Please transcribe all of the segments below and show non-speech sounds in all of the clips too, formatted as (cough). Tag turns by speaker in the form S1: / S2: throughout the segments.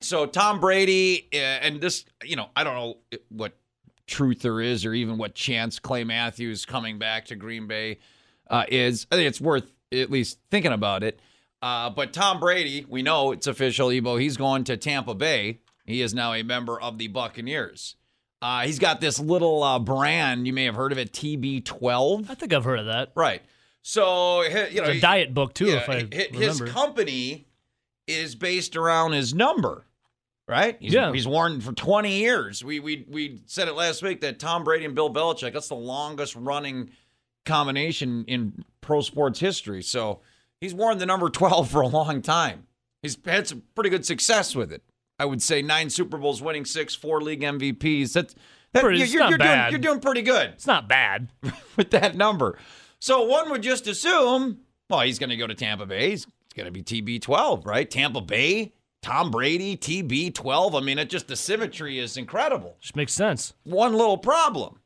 S1: So Tom Brady uh, and this, you know, I don't know what truth there is or even what chance Clay Matthews coming back to Green Bay uh, is. I think it's worth at least thinking about it. Uh, but Tom Brady, we know it's official, Ebo. He's going to Tampa Bay. He is now a member of the Buccaneers. Uh, he's got this little uh, brand you may have heard of it, TB12.
S2: I think I've heard of that.
S1: Right. So hi- you know,
S2: It's a
S1: he-
S2: diet book too,
S1: yeah,
S2: if I
S1: hi- hi- his
S2: remember.
S1: company is based around his number, right? He's,
S2: Yeah.
S1: he's worn for 20 years. We we we said it last week that Tom Brady and Bill Belichick that's the longest running combination in pro sports history. So he's worn the number 12 for a long time. He's had some pretty good success with it. I would say nine Super Bowls, winning six, four league MVPs. That's that,
S2: Pretty-
S1: you're,
S2: it's
S1: you're-
S2: not
S1: you're doing,
S2: bad.
S1: you're doing pretty good
S2: it's not bad.
S1: (laughs) with that number. So one would just assume, well, he's going to go to Tampa Bay. He's going to be TB12, right? Tampa Bay, Tom Brady, TB12. I mean, it just the symmetry is incredible.
S2: Just makes sense.
S1: One little problem.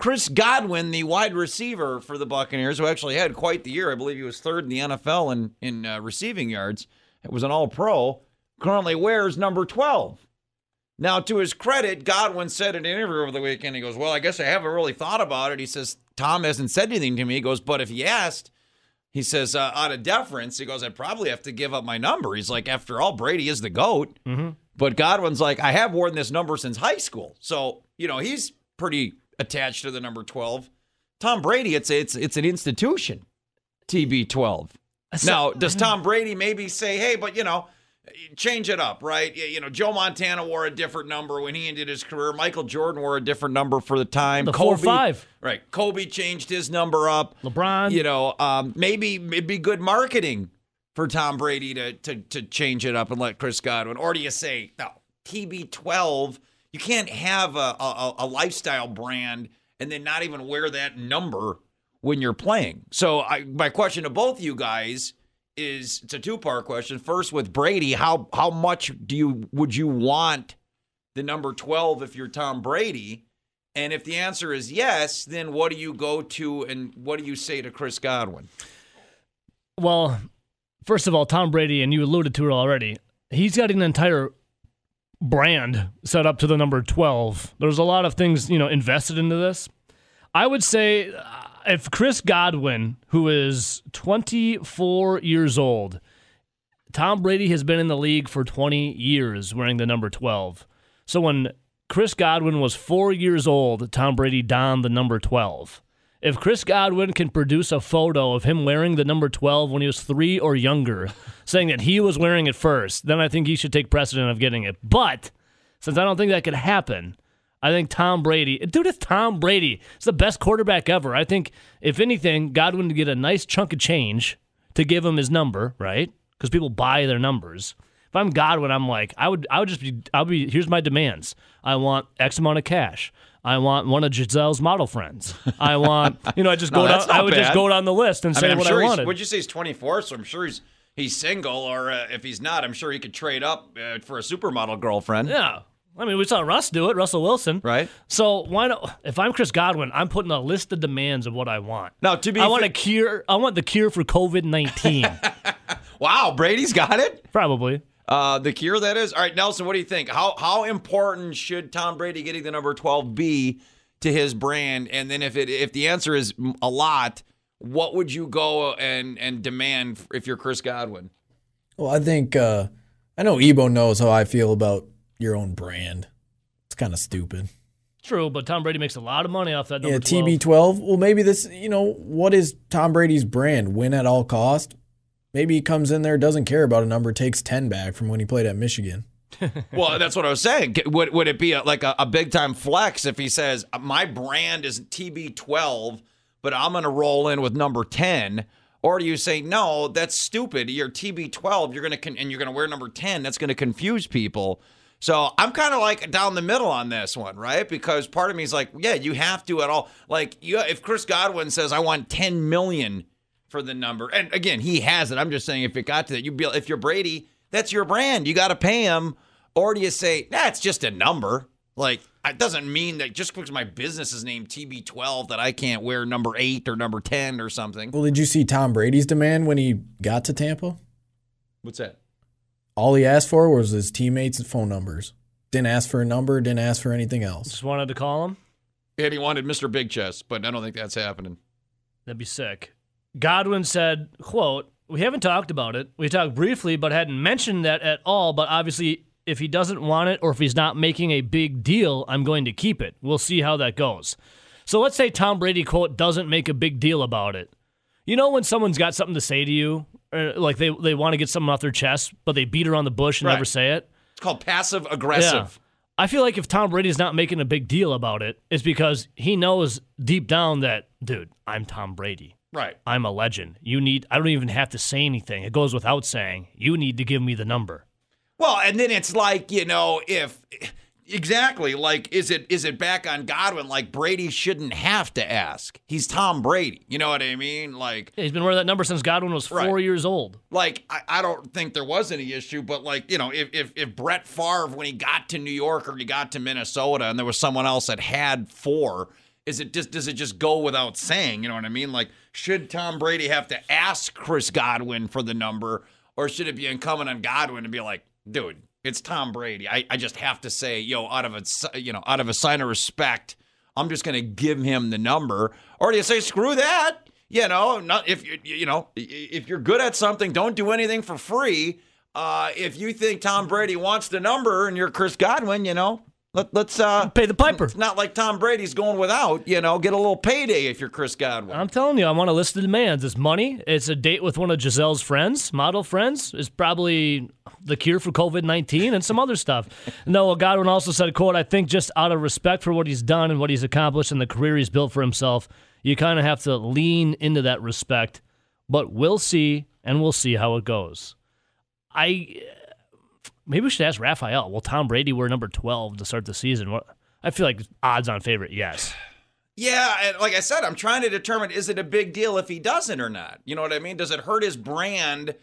S1: Chris Godwin, the wide receiver for the Buccaneers, who actually had quite the year. I believe he was third in the NFL in, in uh, receiving yards. It was an all pro. Currently wears number 12. Now, to his credit, Godwin said in an interview over the weekend, he goes, Well, I guess I haven't really thought about it. He says, Tom hasn't said anything to me. He goes, But if he asked, he says, uh, out of deference, he goes, I probably have to give up my number. He's like, After all, Brady is the GOAT. But Godwin's like, I have worn this number since high school. So, you know, he's pretty attached to the number 12. Tom Brady, it's it's it's an institution. TB12.
S2: So-
S1: Now, does Tom Brady maybe say, "Hey, but you know, change it up, right? You- You know, Joe Montana wore a different number when he ended his career. Michael Jordan wore a different number for the time.
S2: The 4-5.
S1: right? Kobe changed his number up.
S2: LeBron.
S1: You know, um, maybe it'd be good marketing for Tom Brady to to to change it up and let Chris Godwin. Or do you say no? TB12. You can't have a, a a lifestyle brand and then not even wear that number when you're playing. So I, my question to both you guys is it's a two part question. First, with Brady, how how much do you would you want the number twelve if you're Tom Brady? And if the answer is yes, then what do you go to and what do you say to Chris Godwin?
S2: Well, first of all, Tom Brady, and you alluded to it already, he's got an entire brand set up to the number 12. There's a lot of things, you know, invested into this. I would say uh, if Chris Godwin, who is 24 years old, Tom Brady has been in the league for 20 years wearing the number 12. So when Chris Godwin was four years old, Tom Brady donned the number 12. If Chris Godwin can produce a photo of him wearing the number 12 when he was three or younger, saying that he was wearing it first, then I think he should take precedent of getting it. But since I don't think that could happen, I think Tom Brady, dude, it's Tom Brady. It's the best quarterback ever. I think, if anything, Godwin would get a nice chunk of change to give him his number, right? Because people buy their numbers. If I'm Godwin, I'm like, I would, I would just be, I'll be. Here's my demands. I want X amount of cash. I want one of Giselle's model friends. I want, you know, I
S1: (laughs)
S2: just
S1: No,
S2: go.
S1: that's
S2: Down, I
S1: not
S2: would just
S1: bad.
S2: go down the list and
S1: I
S2: say
S1: mean, I'm
S2: what
S1: sure
S2: I
S1: he's,
S2: wanted.
S1: would you say he's 24? So I'm sure he's he's single, or uh, if he's not, I'm sure he could trade up uh, for a supermodel girlfriend.
S2: yeah, I mean, we saw Russ do it, Russell Wilson,
S1: Right.
S2: So why not? If I'm Chris Godwin, I'm putting a list of demands of what I want.
S1: Now, to be
S2: I want
S1: fa-
S2: a cure. I want the cure for
S1: (laughs)
S2: COVID nineteen,
S1: Wow, Brady's got it.
S2: probably.
S1: Uh, the cure that is. All right, Nelson, what do you think? How how important should Tom Brady getting the number 12 be to his brand? And then if it if the answer is mm, a lot, what would you go and and demand if you're Chris Godwin?
S3: Well, I think uh, I know Ebo knows how I feel about your own brand. It's kind of stupid.
S2: True, but Tom Brady makes a lot of money off that number
S3: yeah,
S2: 12.
S3: TB12. Well, maybe this. You know, what is Tom Brady's brand? Win at all cost. Maybe he comes in there, doesn't care about a number, takes ten back from when he played at Michigan.
S1: Well, that's what I was saying. Would would it be a, like a, a big time flex if he says my brand is TB12, but I'm going to roll in with number 10? Or do you say no? That's stupid. You're TB12. You're gonna con- and you're gonna wear number 10. That's gonna confuse people. So I'm kind of like down the middle on this one, right? Because part of me is like, yeah, you have to at all. Like, you, if Chris Godwin says I want 10 million for the number, and again, he has it. I'm just saying, if it got to that, you'd be if you're Brady, that's your brand. You got to pay him, or do you say that's just a number? Like, it doesn't mean that just because my business is named TB12 that I can't wear number eight or number 10 or something.
S3: Well, did you see Tom Brady's demand when he got to Tampa?
S1: What's that?
S3: All he asked for was his teammates' phone numbers. Didn't ask for a number, didn't ask for anything else.
S2: Just wanted to call him.
S1: And he wanted Mr. Big Chest, but I don't think that's happening.
S2: That'd be sick. Godwin said, quote, we haven't talked about it. We talked briefly, but hadn't mentioned that at all. But obviously, if he doesn't want it or if he's not making a big deal, I'm going to keep it. We'll see how that goes. So let's say Tom Brady, quote, doesn't make a big deal about it. You know, when someone's got something to say to you, or like they, they want to get something off their chest, but they beat around the bush and
S1: Right.
S2: never say it?
S1: It's called passive aggressive.
S2: I feel like if Tom Brady's not making a big deal about it, it's because he knows deep down that, dude, I'm Tom Brady.
S1: Right.
S2: I'm a legend. You need, I don't even have to say anything. It goes without saying, you need to give me the number.
S1: Well, and then it's like, you know, if exactly like is it is it back on Godwin like Brady shouldn't have to ask. He's Tom Brady. You know what I mean? Like
S2: Yeah, He's been wearing that number since Godwin was four
S1: Right.
S2: years old.
S1: like I, I don't think there was any issue, but like, you know, if, if if Brett Favre when he got to New York or he got to Minnesota and there was someone else that had four, is it just does it just go without saying? You know what I mean? Like, should Tom Brady have to ask Chris Godwin for the number, or should it be incumbent on Godwin to be like, dude, it's Tom Brady. I, I just have to say, yo, out of a s- you know, out of a sign of respect, I'm just going to give him the number. Or do you say, screw that? You know, not if you you know if you're good at something, don't do anything for free. Uh, if you think Tom Brady wants the number and you're Chris Godwin, you know, let, let's uh,
S2: Pay the piper.
S1: It's not like Tom Brady's going without. You know, get a little payday if you're Chris Godwin.
S2: I'm telling you, I want to list the demands. It's money. It's a date with one of Giselle's friends, model friends. It's probably the cure for COVID 19 and some other stuff. (laughs) Noah Godwin also said, quote, I think just out of respect for what he's done and what he's accomplished and the career he's built for himself, you kind of have to lean into that respect. But we'll see, and we'll see how it goes. I maybe we should ask Raphael. Will Tom Brady wear number 12 to start the season? What I feel like odds on favorite, yes.
S1: Yeah, and like I said, I'm trying to determine is it a big deal if he doesn't or not. You know what I mean? Does it hurt his brand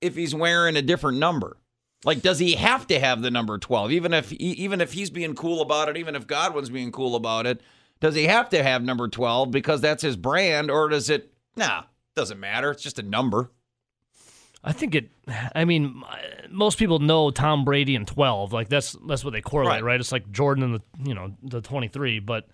S1: if he's wearing a different number? Like, does he have to have the number 12? Even if even if he's being cool about it, even if Godwin's being cool about it, does he have to have number 12 because that's his brand, or does it? Nah, doesn't matter. It's just a number.
S2: I think it. I mean, most people know Tom Brady and twelve. Like that's that's what they correlate,
S1: Right.
S2: right? It's like Jordan and the you know the twenty three. But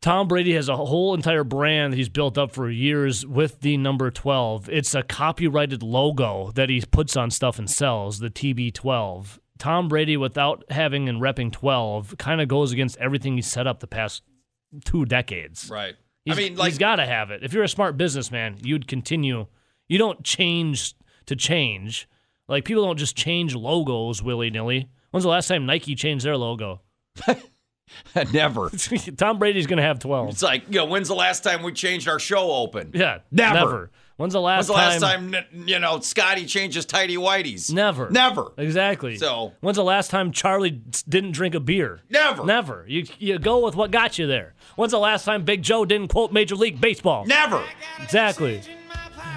S2: Tom Brady has a whole entire brand that he's built up for years with the number twelve. It's a copyrighted logo that he puts on stuff and sells the TB twelve. Tom Brady, without having and repping twelve, kind of goes against everything he's set up the past two decades.
S1: Right.
S2: He's,
S1: I mean, like,
S2: he's got to have it. If you're a smart businessman, you'd continue. You don't change to change. Like people don't just change logos willy nilly. When's the last time Nike changed their logo? (laughs)
S1: (laughs) never.
S2: Tom Brady's gonna have twelve.
S1: It's like, you know, when's the last time we changed our show open?
S2: Yeah,
S1: Never.
S2: When's the
S1: When's
S2: last
S1: the last time, you know, Scotty changes tidy whiteys?
S2: Never.
S1: Never.
S2: Exactly.
S1: So-
S2: when's the last time Charlie s- didn't drink a beer?
S1: Never.
S2: Never. You you go with what got you there. When's the last time Big Joe didn't quote Major League Baseball?
S1: Never.
S2: Exactly.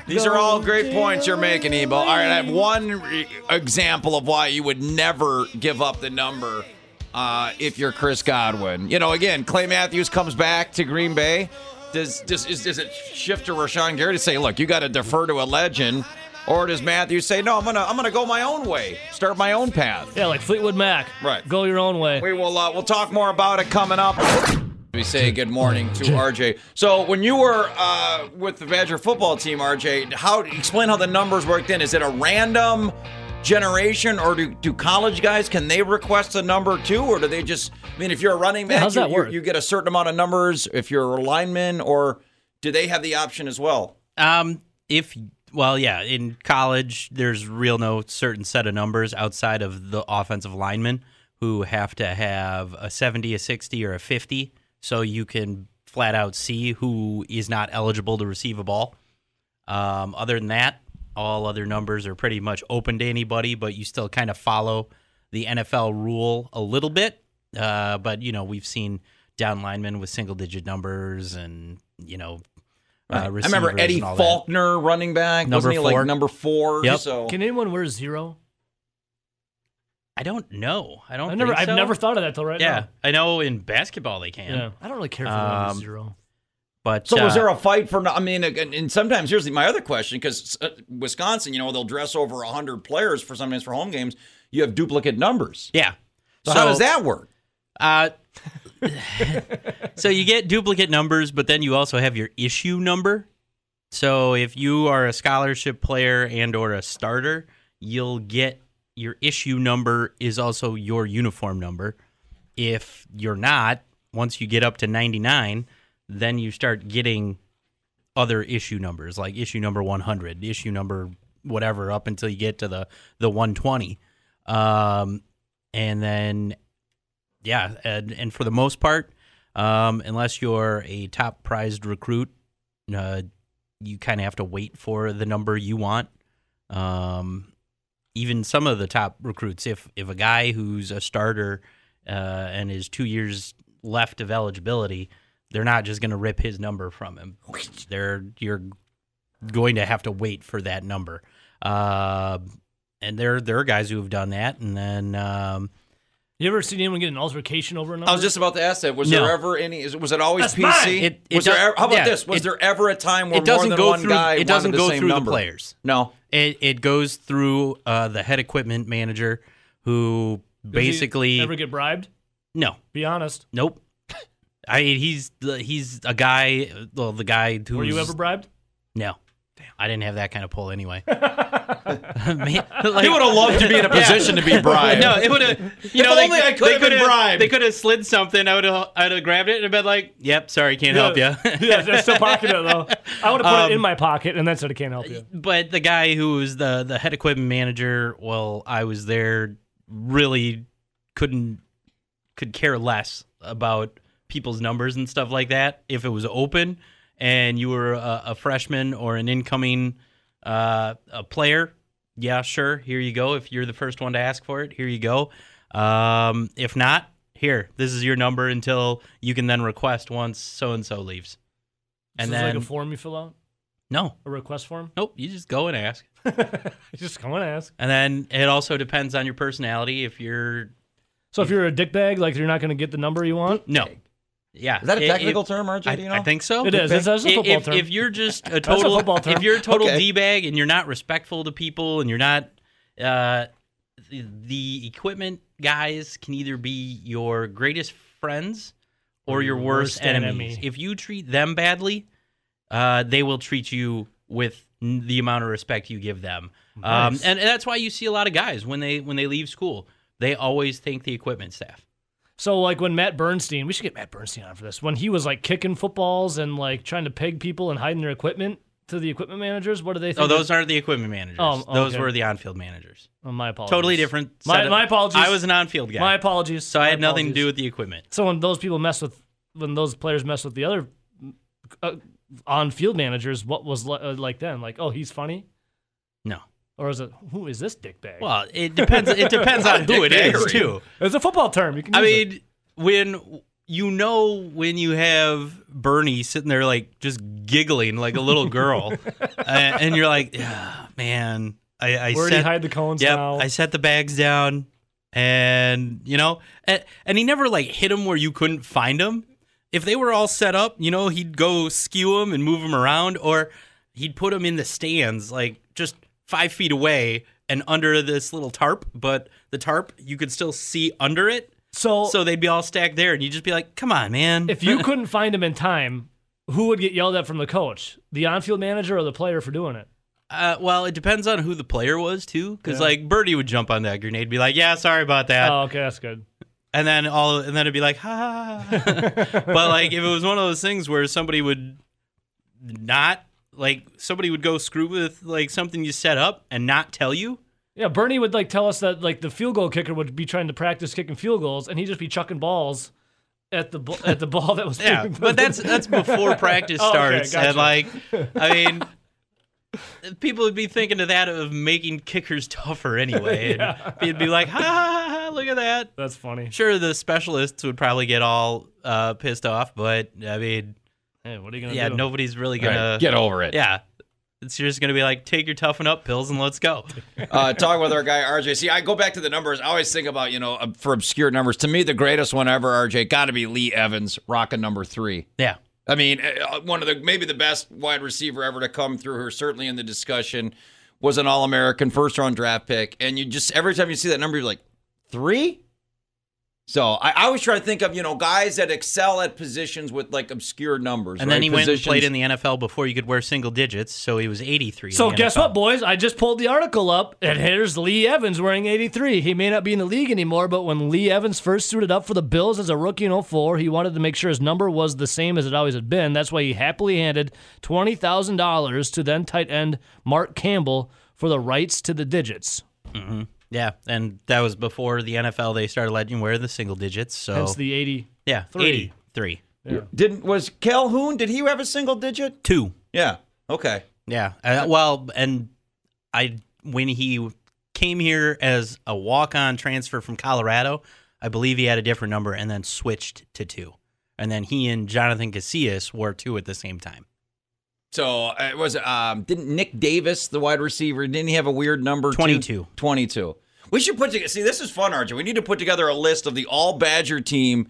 S1: These are all great points you're making, Ebo. All right, I have one re- example of why you would never give up the number uh, if you're Chris Godwin. You know, again, Clay Matthews comes back to Green Bay. Does does, is, does it shift to Rashawn Gary to say, look, you got to defer to a legend, or does Matthews say, no, I'm gonna I'm gonna go my own way, start my own path?
S2: Yeah, like Fleetwood Mac.
S1: Right.
S2: Go your own way.
S1: We will uh, we'll talk more about it coming up. We say good morning to RJ. So when you were uh, with the Badger football team, RJ, how explain how the numbers worked in? Is it a random generation, or do, do college guys can they request a number too, or do they just? I mean, if you're a running back,
S2: how's
S1: you,
S2: that
S1: you-
S2: work?
S1: you get a certain amount of numbers. If you're a lineman, or do they have the option as well?
S4: Um, if well, yeah, in college, there's real no certain set of numbers outside of the offensive linemen who have to have a 70, a 60, or a 50, so you can flat out see who is not eligible to receive a ball. Um, other than that, all other numbers are pretty much open to anybody, but you still kind of follow the NFL rule a little bit. Uh, but you know, we've seen down linemen with single digit numbers, and you know, uh,
S1: I remember
S4: receivers
S1: Eddie
S4: and all that.
S1: Faulkner, running back,
S4: Number
S1: wasn't he
S4: four.
S1: like number four?
S4: Yep.
S1: So
S2: Can anyone wear zero?
S4: I don't know. I don't.
S2: I've never,
S4: think
S2: I've
S4: so.
S2: never thought of that till right
S4: Yeah,
S2: now.
S4: I know in basketball they can.
S2: I don't really care for the number
S4: Um,
S2: zero.
S4: But
S1: So was
S4: uh,
S1: there a fight for? no- I mean, and and sometimes here's the- my other question because Wisconsin, you know, they'll dress over hundred players for sometimes for home games. You have duplicate numbers.
S4: yeah.
S1: So, how does that work?
S4: Uh, (laughs) so you get duplicate numbers, but then you also have your issue number. So if you are a scholarship player and or a starter, you'll get your issue number is also your uniform number. If you're not, once you get up to 99, then you start getting other issue numbers like issue number 100, issue number whatever up until you get to the the 120. Um and then yeah, and, and for the most part, um, unless you're a top prized recruit, uh, you kind of have to wait for the number you want. Um, even some of the top recruits, if if a guy who's a starter uh, and is two years left of eligibility, they're not just going to rip his number from him. They're you're going to have to wait for that number. Uh, and there there are guys who have done that, and then. Um,
S2: You ever seen anyone get an altercation over a number?
S1: I was just about to ask that. Was
S4: No.
S1: there ever any? is- Was it always
S2: That's mine.
S1: PC?
S4: It- it
S1: was there?
S4: does-
S1: Ever, how about
S4: yeah,
S1: this? Was
S4: it-
S1: there ever a time where
S4: it doesn't
S1: more than
S4: go
S1: one
S4: through.
S1: guy
S4: it doesn't
S1: wanted the
S4: go
S1: same
S4: through
S1: number?
S4: the players.
S1: No.
S4: It it goes through uh, the head equipment manager, who
S2: Does he
S4: basically
S2: ever get bribed?
S4: no,
S2: Be honest.
S4: nope. (laughs) I mean, he's the- he's a guy. Well, the guy who
S2: Were you ever
S4: (laughs)
S2: bribed?
S4: no. I didn't have that kind of pull anyway.
S1: (laughs)
S4: Man, like-
S1: He would have loved to be in a
S4: (laughs) Yeah.
S1: position to be bribed.
S4: No, it would have. You
S1: If
S4: know, they-
S1: only I
S4: they
S1: could have been
S4: could've-
S1: bribed.
S4: They could have slid something. I would have. I'd have grabbed it and been like, "Yep, sorry, can't help you."
S2: yeah, that's still pocket it though. I would have put
S4: Um,
S2: it in my pocket, and then said I can't help you.
S4: but the guy who was the the head equipment manager while I was there really couldn't could care less about people's numbers and stuff like that if it was open and you were a, a freshman or an incoming uh, a player yeah sure here you go if you're the first one to ask for it here you go um, if not here this is your number until you can then request once so and so leaves and
S2: And this
S4: then
S2: is like a form you fill out,
S4: no
S2: a request form.
S4: nope you just go and ask
S2: just come and ask.
S4: and then it also depends on your personality. If you're
S2: So if you're a dickbag, like you're not going to get the number you want.
S4: no, yeah,
S1: Is that a
S4: It-
S1: technical
S4: it-
S1: term, RJ?
S4: I,
S1: Do you know?
S4: I think so.
S2: It is. It's, that's a
S4: If-
S2: football
S4: if,
S2: term.
S4: if
S2: (laughs)
S4: you're just a total,
S2: football term.
S4: if you're a total
S1: Okay.
S4: d bag and you're not respectful to people and you're not, uh, the, the equipment guys can either be your greatest friends or your worst,
S2: worst enemy.
S4: enemies. If you treat them badly, uh, they will treat you with n- the amount of respect you give them. Um,
S2: Nice.
S4: and, and that's why you see a lot of guys when they when they leave school, they always thank the equipment staff.
S2: so like when Matt Bernstein, we should get Matt Bernstein on for this. When he was like kicking footballs and like trying to peg people and hiding their equipment to the equipment managers, what do they think?
S4: Oh, those aren't the equipment managers.
S2: Oh,
S4: Those
S2: okay.
S4: were the on-field managers.
S2: Oh, my apologies.
S4: Totally different.
S2: My-
S4: set of-
S2: my apologies.
S4: I was an on-field guy,
S2: My apologies.
S4: so I
S2: My
S4: had nothing to
S2: apologies.
S4: do with the equipment.
S2: So when those people mess with, when those players mess with the other uh, on-field managers, what was li- uh, like then? Like, oh, he's funny,
S4: No.
S2: or is it who is this dickbag?
S4: Well, it (laughs) depends. It depends on who it is,
S1: Dickery.
S4: too.
S2: it's a football term. You can.
S4: I
S2: use it.
S4: mean, when you know when you have Bernie sitting there like just giggling like a little (laughs) girl, uh, and you're like, "Ah, man, I, I
S2: where do you
S4: set
S2: hide the cones
S4: Yep,
S2: now?
S4: I set the bags down, and you know, and, and he never like hit them where you couldn't find them. If they were all set up, you know, he'd go skew them and move them around, or he'd put them in the stands, like just five feet away and under this little tarp. But the tarp, you could still see under it,
S2: so,
S4: so they'd be all stacked there, and you'd just be like, "Come on, man!"
S2: if
S4: (laughs)
S2: you couldn't find him in time, who would get yelled at from the coach? The on-field manager or the player for doing it?
S4: uh, well, it depends on who the player was too, because like Birdie would jump on that grenade, be like, "Yeah, sorry about that."
S2: oh, okay, that's good.
S4: and then all and then it'd be like ha,
S2: (laughs)
S4: ha, ha. but like if it was one of those things where somebody would not like somebody would go screw with like something you set up and not tell you
S2: Yeah, Bernie would like tell us that like the field goal kicker would be trying to practice kicking field goals, and he'd just be chucking balls at the bu- at the ball that was.
S4: yeah
S2: being-
S4: (laughs) but that's that's before practice
S2: Oh, (laughs) okay,
S4: starts and
S2: gotcha.
S4: like
S2: (laughs)
S4: i mean people would be thinking of that of making kickers tougher anyway
S2: (laughs)
S4: and it'd be like ha, ha, ha, ha look at that
S2: that's funny.
S4: sure the specialists would probably get all uh, pissed off but i mean
S2: Hey, what are you gonna
S4: yeah
S2: do?
S4: nobody's really
S1: All right,
S4: gonna
S1: Get over it.
S4: Yeah. It's just going to be like, take your toughen up pills and let's go.
S1: uh, talking with our guy RJ. See, I go back to the numbers. I always think about you know uh, for obscure numbers. To me, the greatest one ever, RJ, got to be Lee Evans, rocking number three.
S4: Yeah.
S1: I mean, uh, one of the maybe the best wide receiver ever to come through her, certainly in the discussion, was an All American first round draft pick. And you just every time you see that number, you're like, three? So I, I always try to think of, you know, guys that excel at positions with like obscure numbers.
S4: And
S1: right?
S4: then he went and
S1: Positions-
S4: played in the NFL before you could wear single digits, so he was 83. in
S2: So
S4: the
S2: guess
S4: NFL.
S2: what, boys? I just pulled the article up, and here's Lee Evans wearing 83. He may not be in the league anymore, but when Lee Evans first suited up for the Bills as a rookie in 04, he wanted to make sure his number was the same as it always had been. That's why he happily handed $20,000 to then tight end Mark Campbell for the rights to the digits.
S4: Mm-hmm. Yeah, and that was before the NFL. They started letting you wear the single digits. So
S2: Hence the 80.
S4: yeah,
S2: three.
S4: 83,
S1: Didn't was Calhoun? Did he have a single digit?
S4: two.
S1: Yeah. Okay.
S4: Yeah. Uh, well, and I when he came here as a walk-on transfer from Colorado, I believe he had a different number and then switched to two. And then he and Jonathan Casillas wore two at the same time.
S1: So uh, it was um didn't Nick Davis, the wide receiver, didn't he have a weird number? too?
S4: 22.
S1: 22. We should put together. See, this is fun, Arjun. We need to put together a list of the all Badger team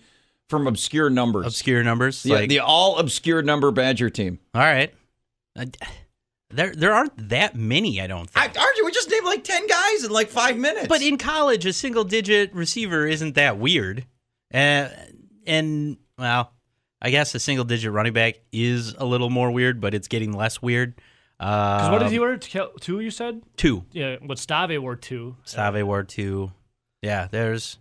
S1: from obscure numbers.
S4: Obscure numbers.
S1: Yeah,
S4: like,
S1: the all obscure number Badger team.
S4: all right. I- there there aren't that many, I don't
S1: I,
S4: think.
S1: Arjun, we just named like ten guys in like five minutes.
S4: but in college, a single-digit receiver isn't that weird. Uh, and well, I guess a single-digit running back is a little more weird, but it's getting less weird.
S2: Because what did he
S4: Um,
S2: wear? T- Two, you said?
S4: Two.
S2: Yeah, what Stave wore two.
S4: Save War two. Yeah, there's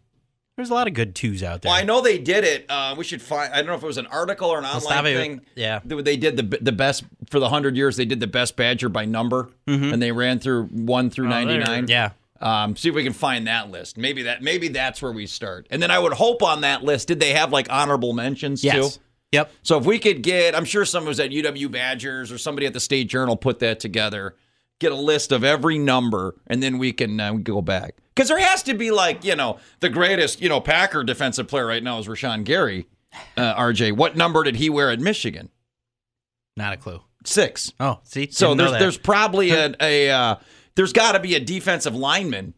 S4: there's a lot of good twos out there.
S1: well, I know they did it. Uh, we should find. I don't know if it was an article or an online
S4: Stave-
S1: thing.
S4: yeah.
S1: They- they did the the best for the hundred years. They did the best Badger by number,
S4: Mm-hmm.
S1: and they ran through one
S4: Oh,
S1: through
S2: there.
S1: ninety nine.
S4: Yeah.
S1: Um, see if we can find that list. Maybe that maybe that's where we start. And then I would hope on that list, did they have like honorable mentions
S4: Yes.
S1: too?
S4: Yep.
S1: So if we could get, I'm sure someone was at UW Badgers or somebody at the State Journal put that together, get a list of every number, and then we can uh, we can go back because there has to be like you know the greatest you know Packer defensive player right now is Rashawn Gary. Uh, RJ, what number did he wear at Michigan?
S4: Not a clue.
S1: Six.
S4: Oh, see.
S1: So
S4: Didn't know
S1: there's
S4: that.
S1: there's probably a, a uh, there's got to be a defensive lineman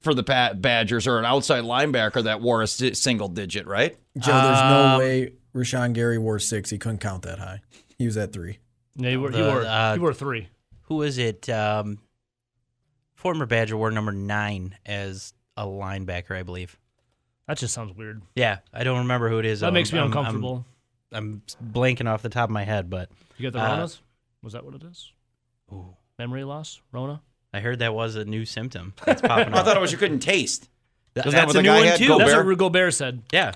S1: for the Ba- Badgers or an outside linebacker that wore a si- single digit, right?
S3: Joe, there's no
S4: Um,
S3: way Rashawn Gary wore six. He couldn't count that high. He was at three.
S2: Yeah, he wore, he
S4: The,
S2: wore,
S4: uh,
S2: he wore three.
S4: who was it? Um, former Badger wore number nine as a linebacker, I believe.
S2: That just sounds weird.
S4: Yeah, I don't remember who it is.
S2: That
S4: though.
S2: makes me
S4: I'm- I'm-
S2: uncomfortable.
S4: I'm, blanking off the top of my head, but
S2: you got the
S4: uh,
S2: Ronas? Was that what it is?
S4: ooh,
S2: Memory loss? Rona?
S4: I heard that was a
S1: (laughs)
S4: new symptom. That's popping
S1: I
S4: up.
S1: thought it was you couldn't taste.
S4: Th-
S1: Wasn't that what
S4: That's a
S1: the
S4: new
S1: guy
S4: one
S1: had?
S4: too.
S1: Go
S2: That's
S1: Bear?
S2: what Rugo Bear said.
S4: Yeah.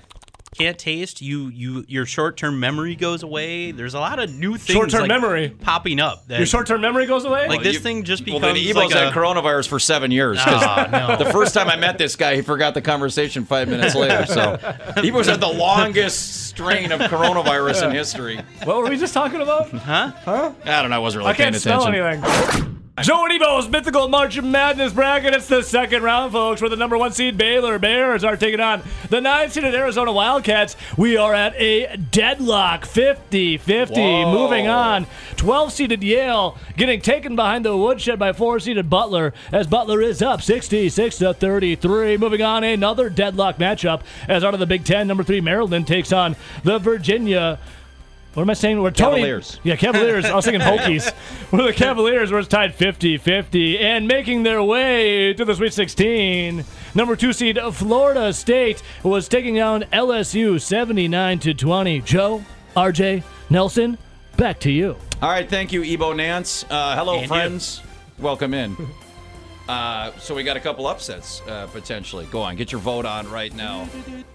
S4: Can't taste you. You your short term memory goes away. There's a lot of new things.
S2: Short-term
S4: like,
S2: memory?
S4: popping up. That,
S2: Your short term memory goes away?
S4: like
S1: Well,
S4: this
S1: you-
S4: thing just
S1: Well,
S4: becomes
S1: then Evo's
S4: like
S1: had
S4: a,
S1: coronavirus for seven years. 'cause
S4: Ah,
S1: (laughs)
S4: no.
S1: The first time I met this guy, he forgot the conversation five minutes later. (laughs) So Evo's had the longest strain of coronavirus in history.
S2: what were we just talking about?
S1: I don't know. I wasn't really
S2: I
S1: paying
S2: can't
S1: attention.
S2: smell anything. Joe and Ebo's Mythical March of Madness bracket. It's the second round, folks, where the number one seed Baylor Bears are taking on the nine seeded Arizona Wildcats. We are at a deadlock 50 50.
S1: Whoa.
S2: Moving on. 12 seeded Yale getting taken behind the woodshed by four seeded Butler as Butler is up 66 to 33. Moving on, another deadlock matchup as out of the Big Ten, number three Maryland takes on the Virginia. What am I saying? We're Tony-
S1: Cavaliers.
S2: yeah, Cavaliers. I was
S4: (laughs)
S2: thinking Hokies. Well, the Cavaliers were tied 50 50 and making their way to the Sweet 16. Number two seed Florida State was taking down LSU 79 to 20. Joe, RJ, Nelson, back to you.
S1: All right, thank you, Ebo Nance. Uh, hello,
S4: And you.
S1: friends. Welcome in. Uh, so we got a couple upsets uh, potentially. Go on, get your vote on right now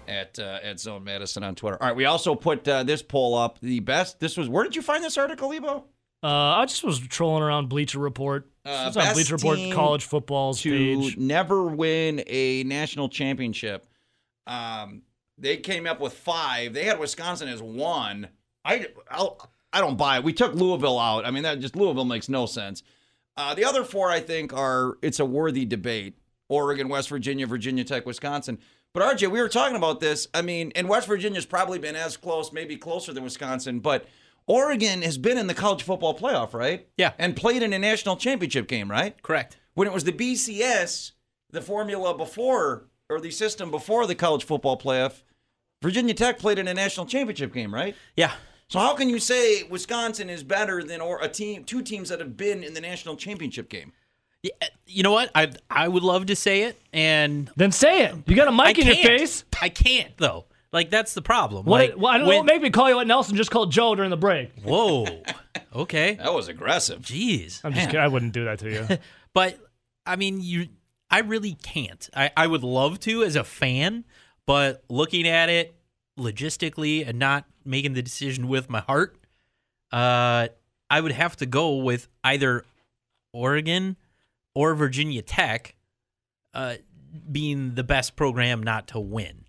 S1: at uh, at Zone Madison on Twitter. All right, we also put uh, this poll up. The best. This was. Where did you find this article, Ebo?
S2: Uh, I just was trolling around Bleacher Report.
S1: Uh,
S2: It's on
S1: best
S2: Bleacher Report
S1: team
S2: college football's
S1: To
S2: page.
S1: never win a national championship. Um, they came up with five. They had Wisconsin as one. I I'll, I don't buy it. We took Louisville out. I mean, that just Louisville makes no sense. Uh, the other four, I think, are it's a worthy debate. Oregon, West Virginia, Virginia Tech, Wisconsin. But RJ, we were talking about this. I mean, and West Virginia's probably been as close, maybe closer than Wisconsin, but Oregon has been in the college football playoff, right?
S4: Yeah.
S1: And played in a national championship game, right?
S4: correct.
S1: When it was the BCS, the formula before or the system before the college football playoff, Virginia Tech played in a national championship game, right?
S4: Yeah,
S1: So how can you say Wisconsin is better than or a team, two teams that have been in the national championship game?
S4: Yeah, eh, You know what? I I would love to say it, and
S2: Then say it. You got a
S4: I
S2: mic in your
S4: can't.
S2: face.
S4: I can't though. Like that's the problem.
S2: What?
S4: Like,
S2: well, I don't,
S4: when-
S2: don't make me call you what Nelson just called Joe during the break.
S4: Whoa. Okay.
S1: That was aggressive.
S4: Jeez.
S2: I'm just
S4: man.
S2: kidding. I wouldn't do that to
S4: (laughs)
S2: you.
S4: But I mean, you. I really can't. I, I would love to as a fan, but looking at it logistically and not making the decision with my heart, uh, I would have to go with either Oregon or Virginia Tech uh, being the best program not to win.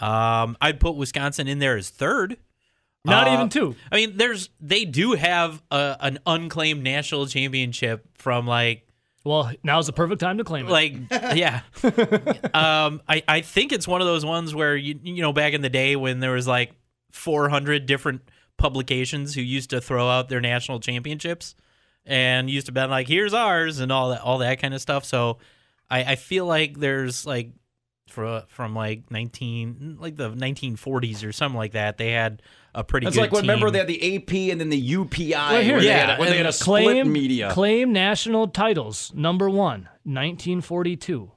S4: Um, I'd put Wisconsin in there as third.
S2: Not
S4: Uh,
S2: even two.
S4: I mean, there's they do have a, an unclaimed national championship from like
S2: Well, now's the perfect time to claim it.
S4: like
S1: (laughs)
S4: yeah. um, I I think it's one of those ones where you you know back in the day when there was like 400 different publications who used to throw out their national championships and used to be like here's ours and all that all that kind of stuff. So I I feel like there's like from from like 19 like the 1940s or something like that they had a pretty
S1: That's
S4: good
S1: like when remember
S4: team.
S1: they had the AP and then the UPI.
S2: Right here.
S1: where they
S4: Yeah,
S1: had a, when they had a split
S2: claim
S1: media.
S2: claim national titles. Number one, 1942.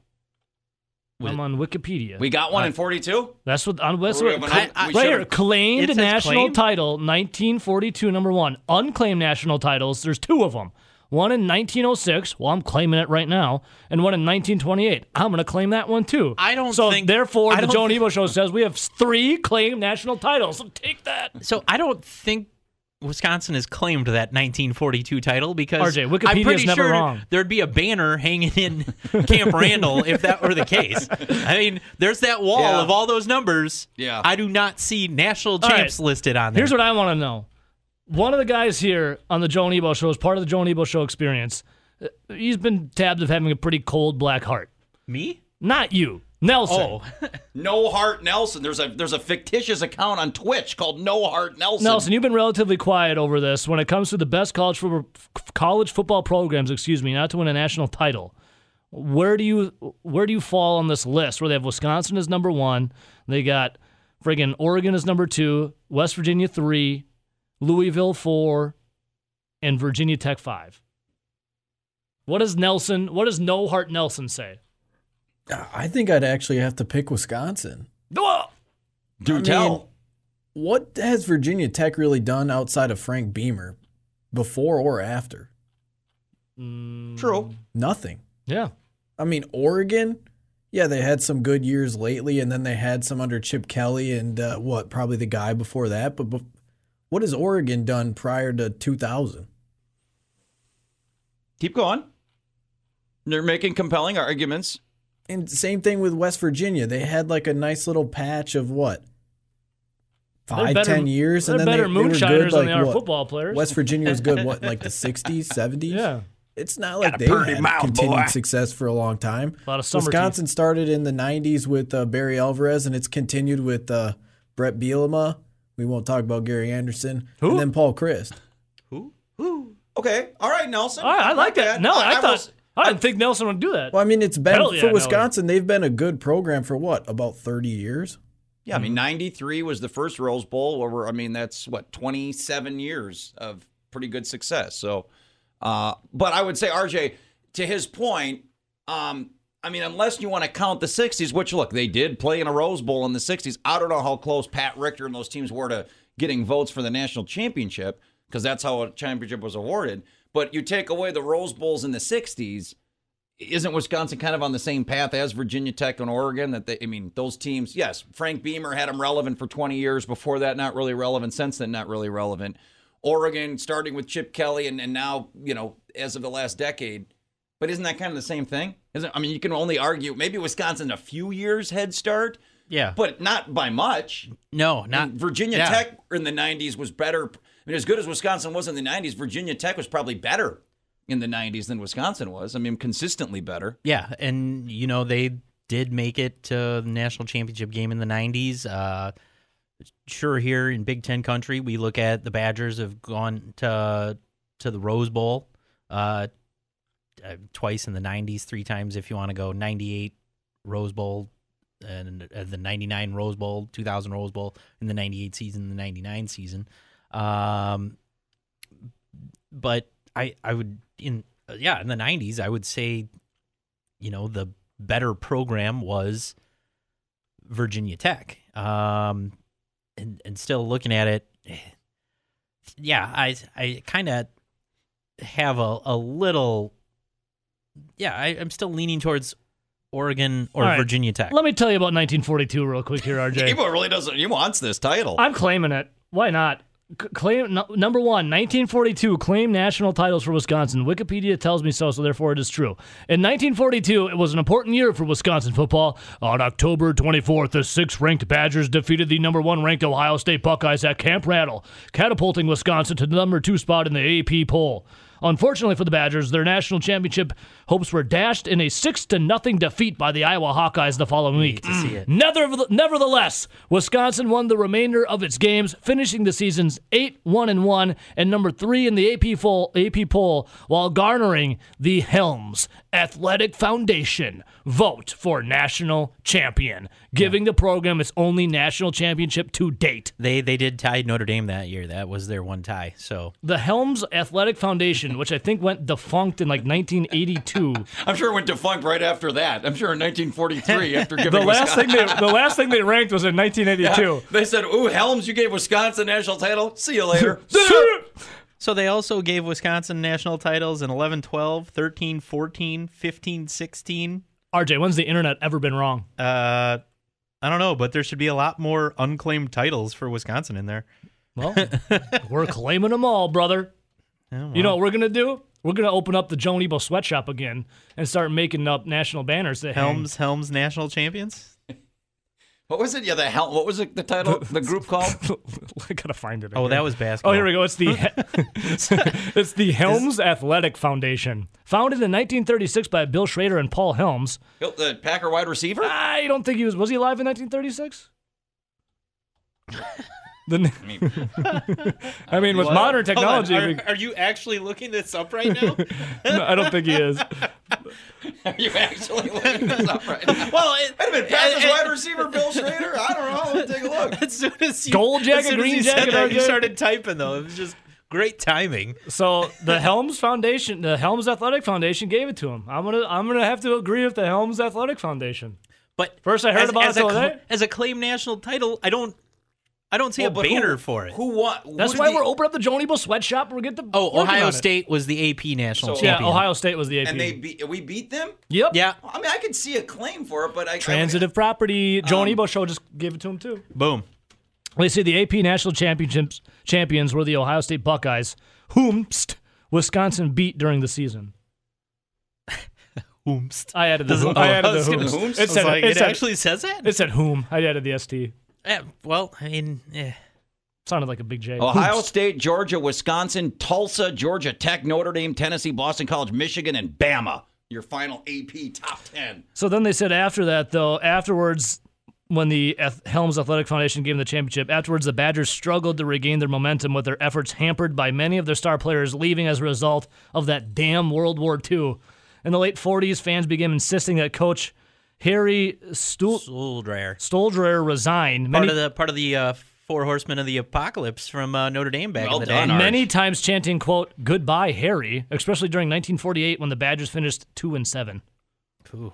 S4: Wait.
S2: I'm on Wikipedia.
S1: we got one in 42.
S2: that's what on that's
S1: Wait,
S2: what-
S1: when
S4: I- I-
S1: we
S2: right
S1: should've-
S2: here, claimed
S4: It says
S2: national
S4: claimed?
S2: title 1942, number one. Unclaimed national titles, there's two of them. One in 1906, well, I'm claiming it right now, and one in 1928. I'm going to claim that one too.
S4: I don't
S2: so
S4: think-
S2: therefore,
S4: I
S2: the
S4: don't
S2: Joe and
S4: thi-
S2: Evo show says we have three claimed national titles. So take that.
S4: So I don't think Wisconsin has claimed that 1942 title because
S2: RJ,
S4: I'm
S2: Wikipedia's
S4: pretty
S2: never
S4: sure
S2: wrong.
S4: there'd be a banner hanging in (laughs) Camp Randall if that were the case. I mean, there's that wall
S1: Yeah.
S4: of all those numbers.
S1: Yeah.
S4: I do not see national
S2: All right.
S4: champs listed on there.
S2: Here's what I want to know. One of the guys here on the Joe and Ebo show is part of the Joe and Ebo show experience. uh, He's been tabbed of having a pretty cold black heart.
S4: me.
S2: Not you, Nelson.
S4: Oh,
S1: No Heart Nelson. There's a there's a fictitious account on Twitch called No Heart Nelson.
S2: Nelson, you've been relatively quiet over this when it comes to the best college football, college football programs, excuse me, not to win a national title. Where do you where do you fall on this list? Where they have Wisconsin as number one, they got friggin' Oregon as number two, West Virginia three, Louisville four, and Virginia Tech five. What does Nelson? What does No Heart Nelson say?
S3: I think I'd actually have to pick Wisconsin.
S1: do
S3: I
S1: tell.
S3: mean, what has Virginia Tech really done outside of Frank Beamer before or after?
S2: Mm,
S1: True.
S3: Nothing.
S2: Yeah.
S3: I mean, Oregon, yeah, they had some good years lately, and then they had some under Chip Kelly and uh, what, probably the guy before that. But, bef- what has Oregon done prior to 2000?
S1: Keep going. They're making compelling arguments.
S3: And same thing with West Virginia. They had like a nice little patch of what?
S2: They're
S3: five, ten
S2: better-
S3: years, and
S2: they're
S3: then they,
S2: better
S3: they were good,
S2: moonshiners than they
S3: like,
S2: are
S3: what?
S2: football players.
S3: West Virginia was good, what, like
S2: (laughs)
S3: the 60s, 70s?
S2: Yeah.
S3: It's not like
S1: a
S3: they
S1: pretty
S3: had
S1: mouth,
S3: continued
S1: boy.
S3: success for a long time.
S2: A lot of summer
S3: Wisconsin started in the 90s with uh, Barry Alvarez, and it's continued with uh, Brett Bielema. We won't talk about Gary Anderson.
S2: Who?
S3: And then Paul Christ.
S4: who?
S1: Okay. All right, Nelson.
S2: All right, I like that. No, I, thought
S1: was-
S2: I didn't think Nelson would do that.
S3: Well, I mean, it's been
S2: Hell yeah,
S3: for
S2: no.
S3: Wisconsin, they've been a good program for what, about 30 years?
S1: yeah, I mean, '93 was the first Rose Bowl. Where we're, I mean, that's what 27 years of pretty good success. So, uh, but I would say RJ, to his point, um, I mean, unless you want to count the '60s, which look, they did play in a Rose Bowl in the '60s. I don't know how close Pat Richter and those teams were to getting votes for the national championship because that's how a championship was awarded. But you take away the Rose Bowls in the '60s, isn't Wisconsin kind of on the same path as Virginia Tech and Oregon? That they, I mean, those teams. Yes, Frank Beamer had them relevant for 20 years. Before that, not really relevant. Since then, not really relevant. Oregon, starting with Chip Kelly, and, and now you know, as of the last decade. But isn't that kind of the same thing? Isn't I mean, you can only argue maybe Wisconsin a few years head start,
S4: Yeah.
S1: but not by much.
S4: no, not
S1: And Virginia
S4: yeah.
S1: Tech in the 90s was better. I mean, as good as Wisconsin was in the 90s, Virginia Tech was probably better in the 90s than Wisconsin was. I mean, consistently better.
S4: Yeah, and you know they did make it to the national championship game in the '90s. Uh, sure, here in Big Ten country, we look at the Badgers have gone to to the Rose Bowl uh, uh, twice in the '90s, three times if you want to go '98 Rose Bowl and uh, the '99 Rose Bowl, 2000 Rose Bowl, in the '98 season, the '99 season. Um, but I I would in uh, yeah in the '90s I would say, you know, the better program was Virginia Tech. Um, and and still looking at it, eh, yeah, I I kind of have a a little, yeah, I, I'm still leaning towards Oregon or
S2: All right.
S4: Virginia Tech.
S2: Let me tell you about 1942 real quick here, RJ.
S1: Ebo really doesn't. He wants this title.
S2: I'm claiming it. Why not? C- Claim no, number one, 1942. Claim national titles for Wisconsin. Wikipedia tells me so, so therefore it is true. In 1942, it was an important year for Wisconsin football. On October 24th, the sixth-ranked Badgers defeated the number one-ranked Ohio State Buckeyes at Camp Rattle, catapulting Wisconsin to the number two spot in the AP poll. Unfortunately for the Badgers, their national championship hopes were dashed in a six to nothing defeat by the Iowa Hawkeyes the following week. Nether- Nevertheless, Wisconsin won the remainder of its games, finishing the season's eight one and one and number three in the AP poll, AP poll, while garnering the Helms Athletic Foundation vote for national champion, giving the program its only national championship to date.
S4: They they did tie Notre Dame that year. That was their one tie. So
S2: The Helms Athletic Foundation, which I think went defunct in like 1982.
S1: I'm sure it went defunct right after that. I'm sure in 1943, after giving
S2: The
S4: (laughs)
S2: last
S1: Wisconsin,
S2: thing they the last thing they ranked was in 1982.
S1: they said, "Ooh, Helms, you gave Wisconsin national title. See you later."
S4: uh, so they also gave Wisconsin national titles in 11, 12, 13, 14, 15, 16.
S2: RJ, when's the internet ever been wrong?
S4: Uh, I don't know, but there should be a lot more unclaimed titles for Wisconsin in there. (laughs)
S2: Well, we're claiming them all, brother. You know what we're gonna do? We're gonna open up the Joan Ebo sweatshop again and start making up national banners that hang.
S4: Helms Helms national champions.
S1: What was it? Yeah, the Helm. What was it? The title? The group called?
S2: (laughs) I gotta find it.
S4: Oh,
S2: again.
S4: that was basketball.
S2: Oh, here we go. It's the
S4: (laughs)
S2: (laughs) it's the Helms Athletic Foundation, founded in 1936 by Bill Schrader and Paul Helms.
S1: the Packer wide receiver?
S2: I don't think he was. Was he alive in
S4: (laughs)
S2: 1936? the,
S1: I mean,
S2: (laughs) I mean, with modern technology, we-
S1: (laughs)
S4: Are, you actually looking this up right
S2: (laughs)
S4: now?
S2: no, I don't think he is.
S1: are you actually looking this up right now?
S4: well, it,
S1: Wait a minute, Packers wide receiver Bill Schrader? I don't know. Let's take a look.
S4: (laughs) as soon as you,
S2: Gold jacket,
S4: as soon as
S2: green
S4: you said
S2: jacket,
S4: that, you
S2: RJ?
S4: started typing though. It was just great timing.
S2: So the Helms Foundation, the Helms Athletic Foundation, gave it to him. I'm gonna, I'm gonna have to agree with the Helms Athletic Foundation.
S4: But
S2: First I heard
S4: as,
S2: about
S4: as
S2: it
S4: a,
S2: till
S4: cl-
S2: today.
S4: as a claim national title. I don't, I don't see
S1: Well,
S4: a
S1: but who-
S4: banner for it.
S1: Who won? who
S2: That's
S1: did
S2: why
S1: the-
S2: we're opening up the Joan Ebo sweatshop. We'll get the
S4: oh,
S2: working on
S4: Ohio
S2: it.
S4: State was the AP national
S1: So-
S2: Yeah,
S4: champion.
S2: Ohio State was the AP.
S1: And they beat. We beat them.
S2: yep.
S4: Yeah,
S1: I mean, I could see a claim for it, but I
S2: Transitive property. Joan
S4: Um,
S2: Ebo show just gave it to him too.
S4: boom.
S2: Well, you see, the AP national championships champions were the Ohio State Buckeyes, whom pst, Wisconsin beat during the season.
S4: Oomst.
S2: I added the.
S4: Doesn't-
S2: I added
S4: I was
S2: the
S4: gonna-
S2: whom.
S1: whomst?
S2: It
S4: I was
S2: said.
S4: like,
S2: it,
S4: it
S2: said
S4: actually says that.
S2: it said whom. I added the st.
S4: Eh, well, I mean, eh.
S2: Sounded like a big J.
S1: Ohio
S2: Whomst.
S1: State, Georgia, Wisconsin, Tulsa, Georgia Tech, Notre Dame, Tennessee, Boston College, Michigan, and Bama. Your final AP top ten.
S2: So then they said after that, though, afterwards, when the Ath- Helms Athletic Foundation gave them the championship, afterwards the Badgers struggled to regain their momentum with their efforts hampered by many of their star players leaving as a result of that damn World War II. In the late 40s, fans began insisting that coach Harry Stu-
S4: Stuhldrayer.
S2: Stoldrer resign.
S4: Part
S2: Many,
S4: of the part of the uh, Four Horsemen of the Apocalypse from uh, Notre Dame back
S1: Well
S4: in the
S1: done,
S4: day.
S1: Art.
S2: many times chanting, quote, goodbye, Harry, especially during 1948 when the Badgers finished 2 and 7.
S4: Ooh.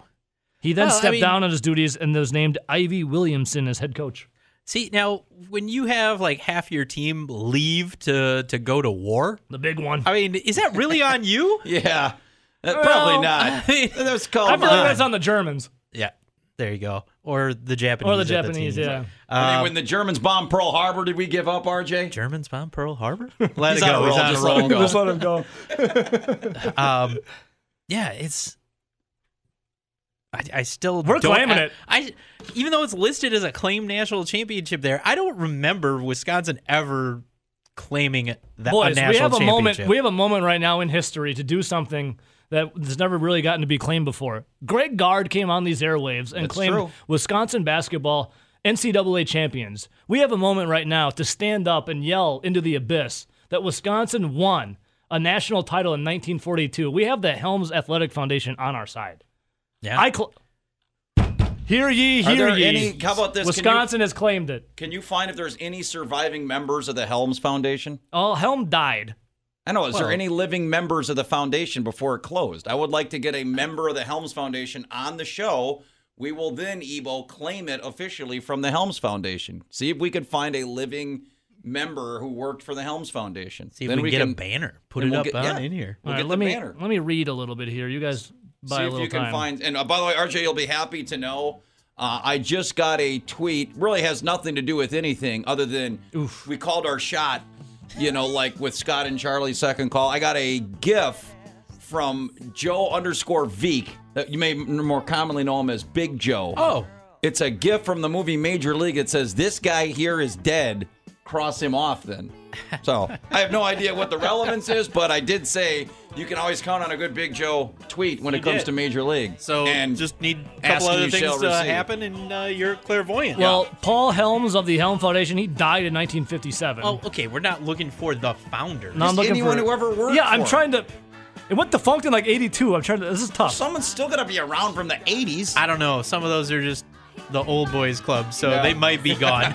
S2: He then
S4: Well, I
S2: stepped
S4: mean-
S2: down on his duties and was named Ivy Williamson as head coach.
S4: See now, when you have like half your team leave to to go to war,
S2: The big one.
S4: I mean, is that really on (laughs) you?
S1: Yeah, Uh, probably (laughs)
S2: Well,
S1: not.
S4: I-
S1: that was
S2: I
S1: called.
S2: feel like that's on the Germans.
S4: Yeah, there you go. Or the Japanese.
S2: Or the
S4: at
S2: Japanese,
S4: team.
S2: yeah.
S1: I mean, when the Germans bombed Pearl Harbor, did we give up, RJ?
S4: Germans bomb Pearl Harbor. Let
S1: He's on
S4: it go.
S1: a roll,
S4: He's on
S1: just
S4: a roll.
S1: let him
S2: (laughs)
S1: go.
S2: let him go.
S4: Um, yeah, it's. I, I still
S2: We're
S4: don't-
S2: claiming
S4: I-
S2: it.
S4: I even though it's listed as a claim national championship, there I don't remember Wisconsin ever claiming that
S2: Boys,
S4: a national
S2: we have a moment.
S4: championship.
S2: We have a moment right now in history to do something that has never really gotten to be claimed before. Greg Gard came on these airwaves and
S1: That's
S2: claimed
S1: true.
S2: Wisconsin basketball NCAA champions. We have a moment right now to stand up and yell into the abyss that Wisconsin won a national title in 1942. We have the Helms Athletic Foundation on our side.
S4: yeah.
S2: I cl- Hear ye, hear
S1: Are there
S2: ye.
S1: any- how about this? Can you-
S2: Wisconsin has claimed it.
S1: Can you find if there's any surviving members of the Helms Foundation?
S2: Oh, Helm died.
S1: I know. Is there
S4: Well-
S1: any living members of the foundation before it closed? I would like to get a member of the Helms Foundation on the show. We will then, Ebo, claim it officially from the Helms Foundation. See if we could find a living member who worked for the Helms Foundation.
S4: See if
S1: then
S4: we, can get a
S1: can
S4: banner. Put
S1: then
S4: it
S1: we'll
S4: up
S1: get-
S4: on
S1: yeah.
S4: in here.
S1: We'll
S2: All
S1: get
S2: right,
S1: the
S2: let me
S1: banner.
S2: let me read a little bit here. You guys buy
S1: See
S2: a
S1: if
S2: little
S1: you can
S2: time.
S1: find. And uh, by the way, RJ, you'll be happy to know. Uh, I just got a tweet. Really has nothing to do with anything other than we called our shot. You know, like with Scott and Charlie's second call. I got a GIF from Joe underscore Veek. That you may m- more commonly know him as Big Joe.
S4: Oh.
S1: it's a GIF from the movie Major League. It says this guy here is dead. Cross him off
S5: (laughs)
S1: then. So I have no idea what the relevance is, but I did say you can always count on a good Big Joe tweet when it comes
S5: did.
S1: to Major League.
S5: So
S1: and
S5: just need a
S1: asking
S5: couple
S1: you
S5: other
S1: shall
S5: things to
S1: receive.
S5: happen, and uh, you're clairvoyant.
S2: Well, Paul Helms of the Helm Foundation, he died in 1957.
S4: Oh, okay. We're not looking for the founder.
S2: No, I'm looking
S1: anyone
S2: for
S1: who ever worked
S2: Yeah, I'm
S1: for
S2: trying to. It went defunct in like '82. I'm trying to. This is tough.
S1: someone's still gonna be around from the '80s.
S5: I don't know. Some of those are just the old boys club, so
S1: Yeah.
S5: they might be gone.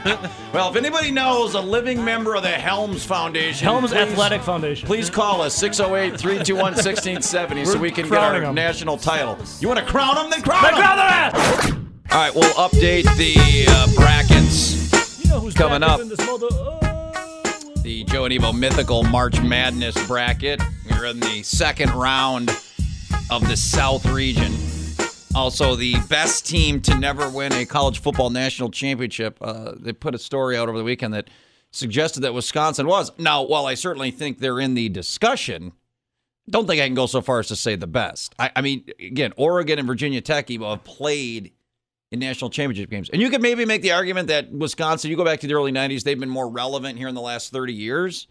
S1: well, if anybody knows a living member of the Helms Foundation,
S2: Helms
S1: please-
S2: Athletic Foundation.
S1: Please call us 608 321 1670 so
S2: We're
S1: we can get our
S2: crowning 'em.
S1: national title. You want to crown them? Then crown
S2: They
S1: them!
S2: ground their ass!
S1: All right, we'll update the uh, brackets.
S2: You know who's
S1: Coming
S2: back
S1: up.
S2: in this mother- oh.
S1: the Joe and Evo Mythical March Madness bracket. We're in the second round of the South region. Also, the best team to never win a college football national championship. Uh, they put a story out over the weekend that suggested that Wisconsin was. Now, while I certainly think they're in the discussion, don't think I can go so far as to say the best. I, I mean, again, Oregon and Virginia Tech Evo have played in national championship games. And you could maybe make the argument that Wisconsin, you go back to the early 90s, they've been more relevant here in the last 30 years.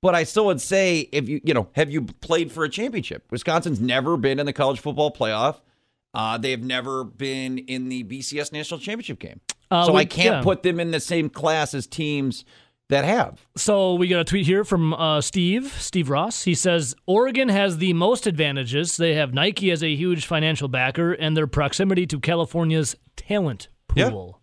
S1: But I still would say if you, you know, have you played for a championship? Wisconsin's never been in the college football playoff. Uh, they have never been in the BCS national championship game.
S2: Uh,
S1: so
S2: we-
S1: I can't
S2: yeah.
S1: put them in the same class as teams that have.
S2: So we got a tweet here from uh, Steve, Steve Ross. He says Oregon has the most advantages. They have Nike as a huge financial backer and their proximity to California's talent
S1: Yeah.
S2: pool.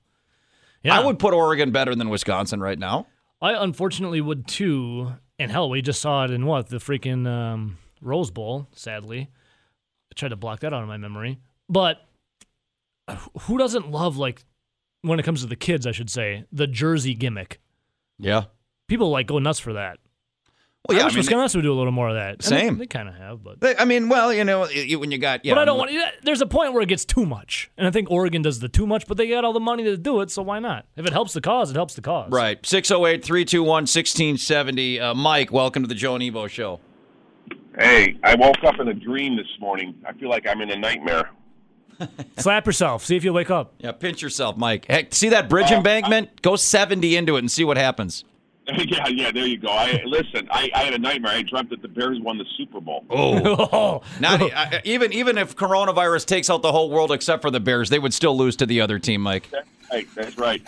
S2: Yeah.
S1: I would put Oregon better than Wisconsin right now.
S2: I unfortunately would too. And hell, we just saw it in what the freaking um, Rose Bowl. Sadly, I tried to block that out of my memory. But uh, who doesn't love like when it comes to the kids? I should say the jersey gimmick.
S1: Yeah.
S2: People like go nuts for that.
S1: Well, yeah,
S2: I
S1: I
S2: wish
S1: mean,
S2: Wisconsin would do a little more of that. And they-
S1: Same.
S2: they, kind of have, but
S1: they- I mean, well, you know, y- when you got, yeah,
S2: but I don't want. There's a point where it gets too much, and I think Oregon does the too much, but they got all the money to do it, so why not? If it helps the cause, it helps the cause.
S1: Right. 608 321 1670. Uh, Mike, welcome to the Joe and Evo show.
S6: Hey, I woke up in a dream this morning. I feel like I'm in a nightmare. (laughs)
S2: Slap yourself. See if you wake up. (laughs)
S1: Yeah, pinch yourself, Mike. Heck, see that bridge
S6: Oh,
S1: embankment? Go 70 into it and see what happens.
S6: yeah, yeah, there you go. I listen. I, I had a nightmare. I dreamt that the Bears won the Super Bowl.
S2: Oh,
S1: Not e, I- I- even even if coronavirus takes out the whole world except for the Bears, they would still lose to the other team, Mike.
S6: That's right. That's right.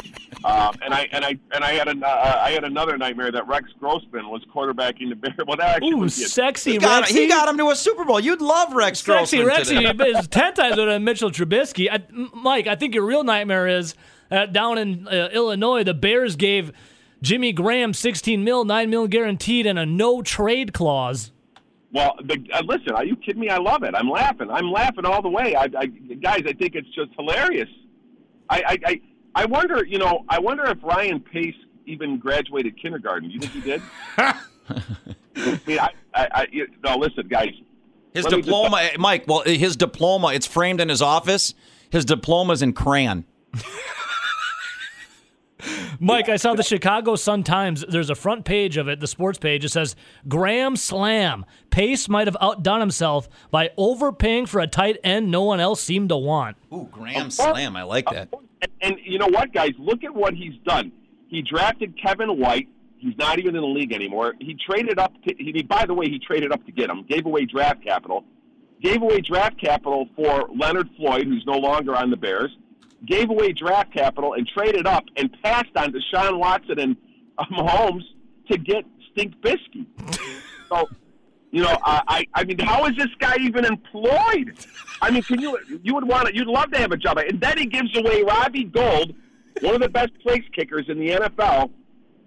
S6: Um, and I and I and I had an, uh, I had another nightmare that Rex Grossman was quarterbacking the Bears. (laughs) Well, that actually
S2: Ooh,
S6: was it.
S2: sexy
S1: He got,
S2: Rexy.
S1: he got him to a Super Bowl. You'd love Rex
S2: sexy
S1: Grossman today.
S2: Rexy is ten times better than Mitchell Trubisky. I, M- Mike, I think your real nightmare is uh, down in uh, Illinois. The Bears gave Jimmy Graham sixteen mil, nine mil guaranteed, and a no trade clause.
S6: Well, the, uh, listen. Are you kidding me? I love it. I'm laughing. I'm laughing all the way. I, I guys, I think it's just hilarious. I, I I I wonder. You know, I wonder if Ryan Pace even graduated kindergarten. Do you think he did? I mean, I, I, I you- no. Listen, guys.
S1: His
S6: Let me just-
S1: diploma, eh, Mike. Well, his diploma. It's framed in his office. His diploma's in crayon.
S2: Mike, I saw the Chicago Sun Times. There's a front page of it, the sports page. It says Graham slam. Pace might have outdone himself by overpaying for a tight end no one else seemed to want.
S1: Ooh,
S6: Oh,
S1: Graham Slam. I like that.
S6: And, and you know what, guys? Look at what he's done. He drafted Kevin White. He's not even in the league anymore. He traded up to. He, by the way, he traded up to get him. Gave away draft capital. Gave away draft capital for Leonard Floyd, who's no longer on the Bears. Gave away draft capital and traded up and passed on to Sean
S1: (laughs)
S6: Watson and uh, Mahomes to get Stink Bisky. so You know, I, I, I mean, how is this guy even employed? I mean, can you, you would want to, you'd love to have a job. And then he gives away Robbie Gold, one of the best place kickers in the NFL,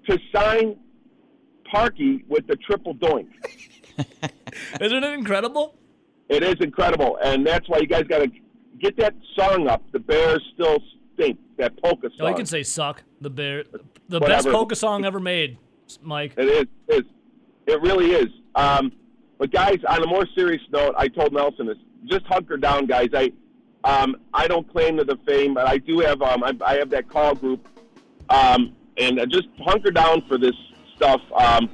S6: to sign Parky with the triple doink.
S2: Isn't it incredible? Oh,
S6: It is incredible, and that's why you guys got to get that song up. The Bears still stink. That polka song.
S2: Oh, you can say suck. The bear, the best
S6: Whatever.
S2: polka song ever made, Mike.
S6: It is. It is. It really is. Um, but guys, on a more serious note, I told Nelson this: just hunker down, guys. I, um, I don't claim to the fame, but I do have. Um, I, I have that call group, um, and uh, just hunker down for this stuff. Um,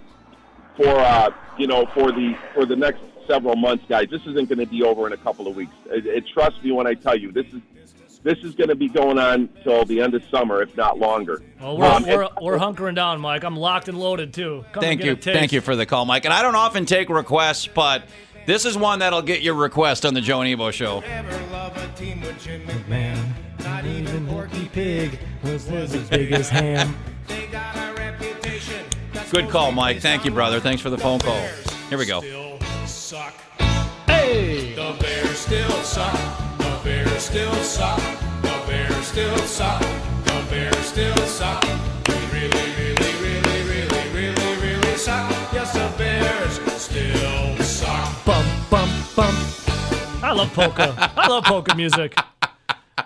S6: for uh, you know, for the for the next several months, guys. This isn't going to be over in a couple of weeks. It, it, trust me when I tell you, this is. This is going to be going on till the end of summer, if not longer.
S2: Well, we're,
S6: Um,
S2: we're,
S6: and-
S2: we're hunkering down, Mike. I'm locked and loaded too. Come
S1: Thank
S2: and get
S1: you.
S2: a taste.
S1: Thank you for the call, Mike. And I don't often take requests, but this is one that'll get your request on the Joe and Evo show.
S7: Never love a team with Jim
S5: Man,
S7: McMahon. Not even Porky
S5: pig was as big as ham.
S7: They got a reputation. that's
S1: Good call,
S7: mostly
S1: Mike.
S7: based
S1: Thank you,
S7: on
S1: brother. Thanks for the
S7: the
S1: phone call.
S7: Bears
S1: Here we go.
S7: Still suck. Hey! The Bears still suck. The Bears still suck. The Bears still suck. The Bears still suck. They really, really, really, really, really, really suck. Yes, the Bears still suck.
S2: Bum bum bum. I love polka. I love polka music.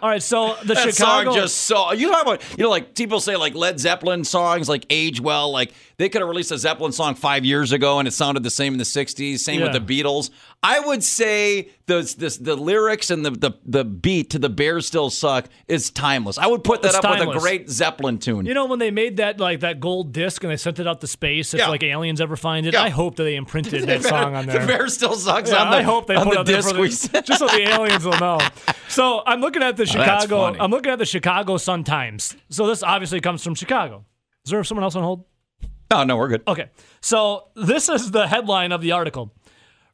S2: All right, so the
S1: That
S2: Chicago
S1: song just so you talk about you know like people say like Led Zeppelin songs like age well like they could have released a Zeppelin song five years ago and it sounded the same in the '60s. Same
S2: Yeah.
S1: with the Beatles. I would say the the, the lyrics and the, the the beat to the Bears still suck is timeless. I would put that
S2: It's
S1: up with a
S2: timeless.
S1: great Zeppelin tune.
S2: You know when they made that like that gold disc and they sent it out to space, if
S1: Yeah.
S2: like aliens ever find it,
S1: Yeah.
S2: I hope that
S1: (laughs)
S2: they imprinted that song on there.
S1: (laughs) The Bears still sucks
S2: Yeah,
S1: on the
S2: I hope they
S1: on
S2: put
S1: the
S2: out there
S1: disc
S2: for the,
S1: we (laughs) sent.
S2: (laughs)
S1: Oh,
S2: just so the aliens will know. So I'm looking at the
S1: that's
S2: Chicago.
S1: funny.
S2: I'm looking at the Chicago Sun Times. So this obviously comes from Chicago. Is there someone else on hold?
S1: Oh, No, no, we're good.
S2: (laughs) Okay. So this is the headline of the article.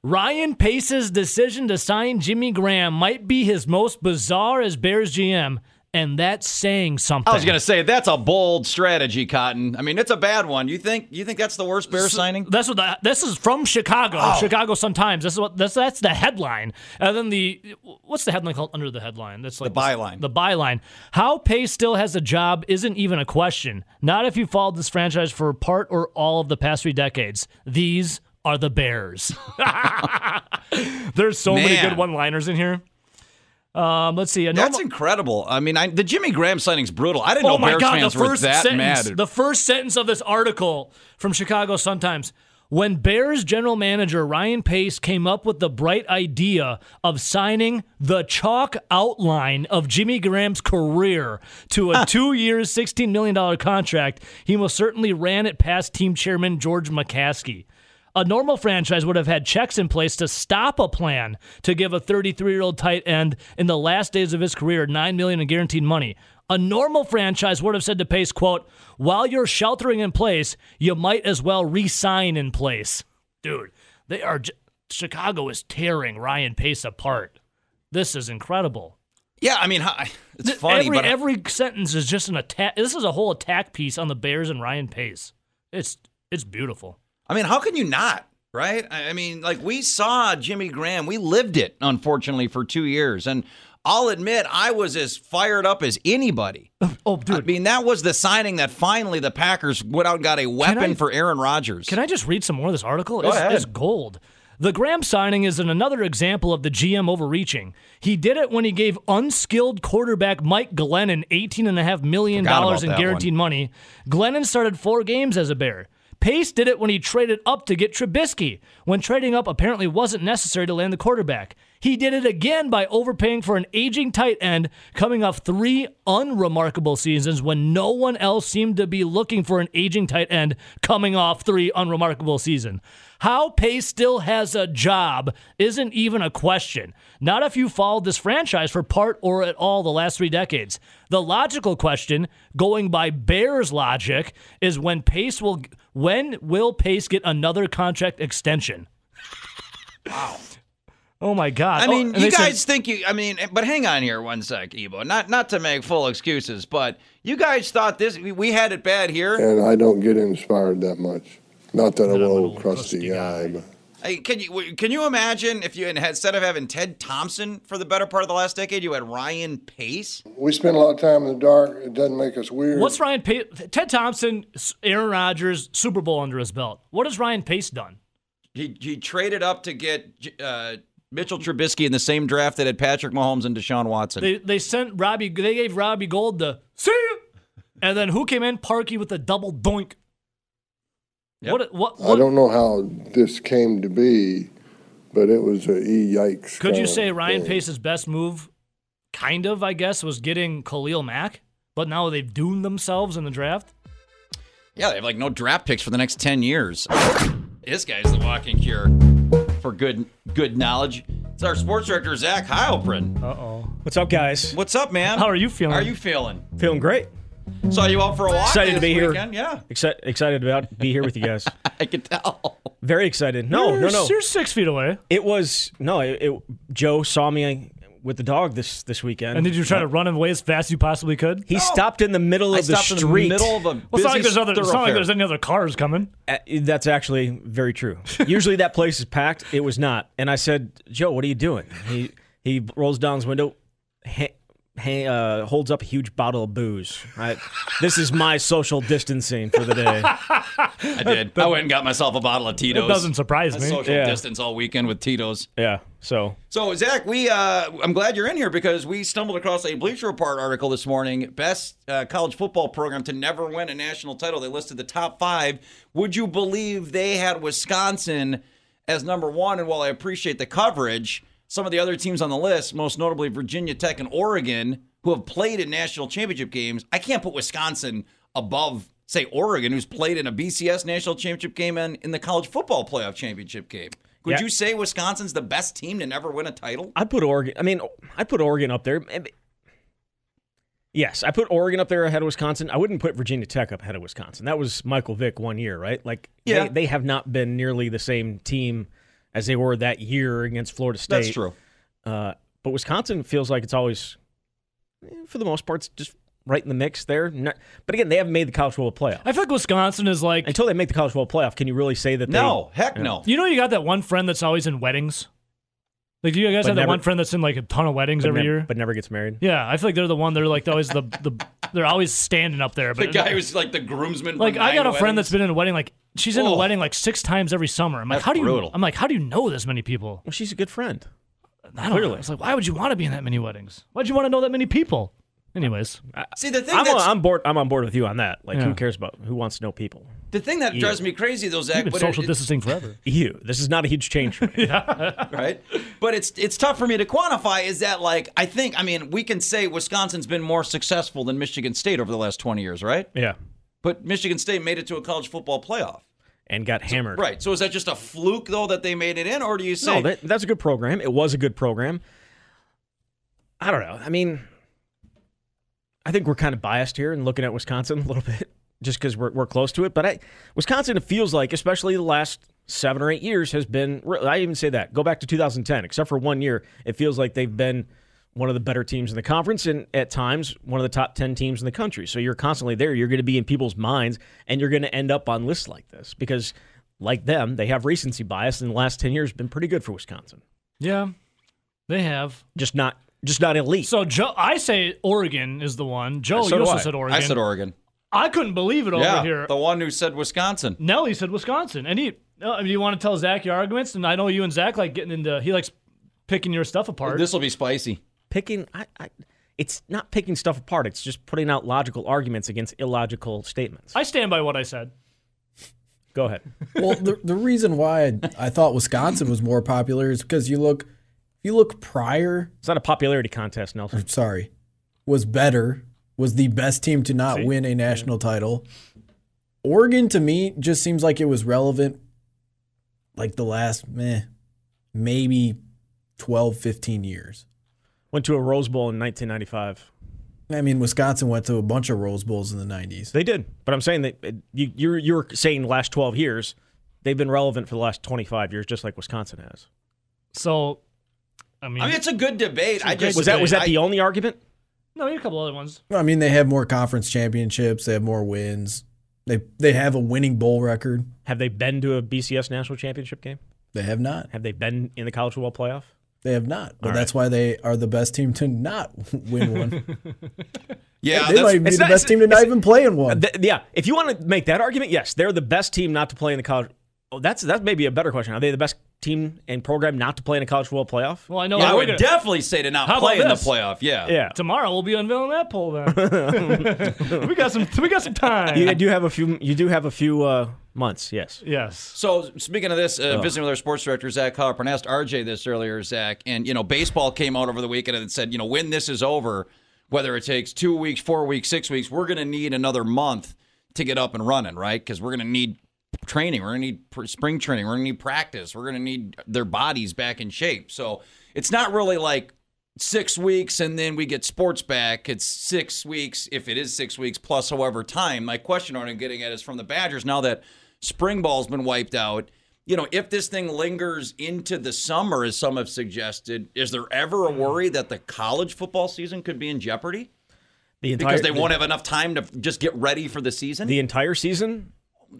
S2: Ryan Pace's decision to sign Jimmy Graham might be his most bizarre as Bears GM, and that's saying something.
S1: I was gonna say that's a bold strategy, Cotton. I mean, it's a bad one. You think you think that's the worst bear signing?
S2: That's what the, this is from Chicago.
S1: Oh.
S2: Chicago Sun Times. This is what this, that's the headline. And then the what's the headline called under the headline? That's like
S1: The byline.
S2: The byline. How Pace still has a job isn't even a question. Not if you followed this franchise for part or all of the past three decades. These are the Bears. (laughs) There's so many
S1: Man.
S2: good one-liners in here. Um, let's see. A
S1: That's
S2: normal-
S1: incredible. I mean, I, the Jimmy Graham signing's brutal. I didn't
S2: Oh
S1: know
S2: my
S1: Bears
S2: God! The
S1: fans were
S2: first
S1: that
S2: sentence.
S1: mad.
S2: The first sentence of this article from Chicago Sun Times. When Bears general manager Ryan Pace came up with the bright idea of signing the chalk outline of Jimmy Graham's career
S1: (laughs)
S2: to a two-year, $16 million contract, he most certainly ran it past team chairman George McCaskey. A normal franchise would have had checks in place to stop a plan to give a 33-year-old tight end in the last days of his career 9 million in guaranteed money. A normal franchise would have said to Pace, quote, while you're sheltering in place, you might as well re-sign in place. Dude, they are j- Chicago is tearing Ryan Pace apart. This is incredible.
S1: yeah, I mean, hi- it's funny,
S2: every
S1: but I-
S2: every sentence is just an attack. This is a whole attack piece on the Bears and Ryan Pace. It's it's beautiful.
S1: I mean, how can you not? Right? I I mean, like we saw Jimmy Graham, we lived it, unfortunately, for two years, and I'll admit I was as fired up as anybody.
S2: Oh, dude,
S1: I mean, that was the signing that finally the Packers went out and got a weapon
S2: I-
S1: for Aaron Rodgers.
S2: Can I just read some more of this article? it's,
S1: ahead.
S2: it's gold. The Graham signing is an- another example of the GM overreaching. He did it when he gave unskilled quarterback Mike Glennon $18.5 million
S1: Forgot about
S2: in
S1: that
S2: guaranteed money. Glennon started four games as a Bear. Pace did it when he traded up to get Trubisky, when trading up apparently wasn't necessary to land the quarterback. He did it again by overpaying for an aging tight end coming off three unremarkable seasons when no one else seemed to be looking for an aging tight end coming off three unremarkable seasons. How Pace still has a job isn't even a question. Not if you followed this franchise for part or at all the last three decades. The logical question, going by Bears logic, is when Pace will when will Pace get another contract extension? Wow. Oh my God!
S1: I
S2: Oh,
S1: mean,
S2: and
S1: you
S2: they said-
S1: guys think you. I mean, but hang on here one sec, Ebo. Not not to make full excuses, but you guys thought this. we- We had it bad here.
S8: and I don't get inspired that much. Not that I'm an old crusty guy, but
S1: Hey, can you w- can you imagine if you had, instead of having Ted Thompson for the better part of the last decade, you had Ryan Pace?
S8: We spend a lot of time in the dark. It doesn't make us weird.
S2: What's Ryan Pace? Ted Thompson, S- Aaron Rodgers, Super Bowl under his belt. What has Ryan Pace done?
S1: He he traded up to get J- uh, Mitchell Trubisky in the same draft that had Patrick Mahomes and Deshaun Watson.
S2: They they sent Robbie. They gave Robbie Gold the see ya, and then who came in? Parky with a double doink.
S1: Yep.
S2: What what
S8: I
S2: what?
S8: don't know how this came to be, but it was a e yikes.
S2: Could you
S8: kinda
S2: say Ryan
S8: thing.
S2: Pace's best move, kind of, I guess, was getting Khalil Mack, but now they've doomed themselves in the draft?
S1: yeah, they have like no draft picks for the next ten years. This guy's the walking cure for good good knowledge. It's our sports director Zach Heilprin.
S9: What's up, guys?
S1: What's up, man?
S2: How are you feeling?
S1: How are you feeling?
S9: Feeling great.
S1: Saw you out for a walk.
S9: Excited to
S1: this
S9: be here.
S1: weekend. Yeah,
S9: Exci- excited about be here with you
S1: (laughs)
S9: guys.
S1: I could tell.
S9: Very excited. No, no,
S2: You're-
S9: no.
S2: You're six feet away.
S9: It was no. It, it- Joe saw me with the dog this this weekend.
S2: And did you try to run away as fast as you possibly could?
S9: He stopped in the middle
S1: I
S9: of the
S1: stopped
S9: street.
S1: in the middle of a busy
S2: Well, it's not like there's other. It's not like
S1: thoroughfare.
S2: there's any other cars coming.
S9: Uh, That's actually
S1: (laughs)
S9: very true. Usually that place is packed. It was not. And I said, Joe, what are you doing? He he rolls down his window, ha- ha- uh, holds up a huge bottle of booze. I, this is my social distancing for
S1: (laughs)
S9: the day.
S1: I did. I went and got myself a bottle of Tito's.
S2: It doesn't surprise
S1: I
S2: me.
S1: social
S9: Yeah.
S1: distance all weekend with Tito's.
S9: Yeah. So
S1: So Zach, we uh, I'm glad you're in here because we stumbled across a Bleacher Report article this morning. Best uh, college football program to never win a national title. They listed the top five. Would you believe they had Wisconsin as number one? And while I appreciate the coverage, some of the other teams on the list, most notably Virginia Tech and Oregon, who have played in national championship games, I can't put Wisconsin above. Say Oregon, who's played in a BCS national championship game and in the college football playoff championship game. Could
S9: Yeah.
S1: you say Wisconsin's the best team to never win a title?
S9: I put Oregon. I mean, I put Oregon up there. Maybe- Yes, I put Oregon up there ahead of Wisconsin. I wouldn't put Virginia Tech up ahead of Wisconsin. That was Michael Vick one year, right? Like,
S1: Yeah.
S9: they, they have not been nearly the same team as they were that year against Florida State.
S1: That's true.
S9: Uh, but Wisconsin feels like it's always, eh, for the most part, it's just right in the mix there. Not- but again, they haven't made the college football playoff.
S2: I feel like Wisconsin is like
S9: Until they make the college football playoff, can you really say that?
S1: No, heck no.
S2: You know, you got that one friend that's always in weddings. Like, do you guys
S9: But
S2: have that
S9: never-
S2: one friend that's in like a ton of weddings
S9: they
S2: every
S9: nev-
S2: year?
S9: but never gets married?
S2: yeah, I feel like they're the one. They're like they're always the the they're always standing up there.
S1: The
S2: But
S1: guy who's like the groomsman.
S2: like
S1: from
S2: I got a
S1: nine
S2: friend
S1: weddings.
S2: that's been in a wedding like she's in a
S1: Oh.
S2: wedding like six times every summer. I'm like,
S1: That's
S2: how do you?
S1: brutal.
S2: I'm like, how do you know this many people?
S9: Well, she's a good friend.
S2: I don't know. It's like, why would you want to be in that many weddings? Why'd you want to know that many people? Anyways,
S1: See the thing
S9: I'm,
S1: that's,
S9: on, I'm board. I'm on board with you on that. Like,
S2: Yeah.
S9: who cares about who wants to know people?
S1: the thing that drives me crazy though, Zach.
S2: you've been
S1: but (laughs)
S2: social
S1: it-
S2: distancing forever.
S9: You. This is not a huge change for me.
S1: right? But it's it's tough for me to quantify. Is that like I think I mean we can say Wisconsin's been more successful than Michigan State over the last 20 years, right?
S9: yeah.
S1: But Michigan State made it to a college football playoff,
S9: And got hammered.
S1: right? So is that just a fluke though that they made it in, or do you say
S9: No, that, that's a good program. It was a good program. I don't know. I mean, I think we're kind of biased here and looking at Wisconsin (laughs) a little bit just because we're, we're close to it. But I, Wisconsin, it feels like, especially the last seven or eight years, has been. re- I even say that. Go back to 2010, except for one year, it feels like they've been one of the better teams in the conference and at times one of the top 10 teams in the country. So you're constantly there. You're going to be in people's minds and you're going to end up on lists like this because, like them, they have recency bias and the last 10 years have been pretty good for Wisconsin.
S2: yeah, they have.
S9: Just not. Just not elite.
S2: So Joe, I say Oregon is the one. Joe,
S9: So
S2: Oh, you
S9: do
S2: also
S9: I.
S2: said Oregon.
S1: I said Oregon?
S2: I couldn't believe it over
S1: yeah,
S2: here.
S1: the one who said Wisconsin.
S2: Nelly said Wisconsin. And he, uh, I mean, you want to tell Zach your arguments? And I know you and Zach like getting into, he likes picking your stuff apart.
S1: This will be spicy.
S9: picking I, I it's not picking stuff apart it's just putting out logical arguments against illogical statements
S2: I stand by what I said.
S9: go ahead
S3: well, the, the reason why I, I thought Wisconsin was more popular is because you look, if you look prior,
S9: it's not a popularity contest nelson
S3: sorry, was better, was the best team to not win a national title. Oregon to me just seems like it was relevant like the last meh, maybe 12, 15 years.
S9: went to a rose bowl in 1995
S3: I mean, Wisconsin went to a bunch of Rose Bowls in the 90s.
S9: they did but i'm saying that uh, you you're, you're saying last 12 years they've been relevant for the last 25 years just like wisconsin has
S2: So, I mean,
S1: I mean, it's a good debate. I just
S9: was that was that
S1: I-
S9: the only argument
S2: no, you had a couple other ones.
S3: I mean, they have more conference championships, they have more wins. They they have a winning bowl record.
S9: have they been to a bcs national championship game
S3: They have not.
S9: Have they been in the college football playoff?
S3: They have not. But
S9: All
S3: that's why they are the best team to not (laughs) win
S9: (laughs)
S3: one.
S1: Yeah,
S3: they
S1: that's-
S3: might be
S9: It's
S3: the
S9: not-
S3: best team to
S9: it's-
S3: not even play in one.
S9: Uh, Th- yeah. If you want to make that argument, yes, they're the best team not to play in the college. Oh, that's that's maybe a better question. Are they the best team and program not to play in a college football playoff?
S2: Well, I know.
S1: I
S2: that we're
S1: would
S2: gonna-
S1: definitely say to
S2: How
S1: not
S2: about
S1: play in the
S2: this?
S1: playoff. Yeah.
S9: yeah.
S2: Tomorrow we'll be unveiling that poll.
S1: (laughs)
S2: Then (laughs) we got some. We got some time.
S9: You do have a few. You do have a few uh, months. Yes.
S2: Yes.
S1: So speaking of this, uh, visiting with our sports director Zach Halpern asked RJ this earlier, Zach, and you know baseball came out over the weekend and said, you know, when this is over, whether it takes two weeks, four weeks, six weeks, we're going to need another month to get up and running, right? Because we're going to need training, we're going to need pr- spring training, we're going to need practice, we're going to need their bodies back in shape. So it's not really like six weeks and then we get sports back. It's six weeks, if it is six weeks, plus however time. My question what I'm getting at is from the Badgers now that spring ball's been wiped out. You know, if this thing lingers into the summer, as some have suggested, is there ever a worry that the college football season could be in jeopardy
S9: The entire
S1: because they won't have enough time to just get ready for the season?
S9: the entire season.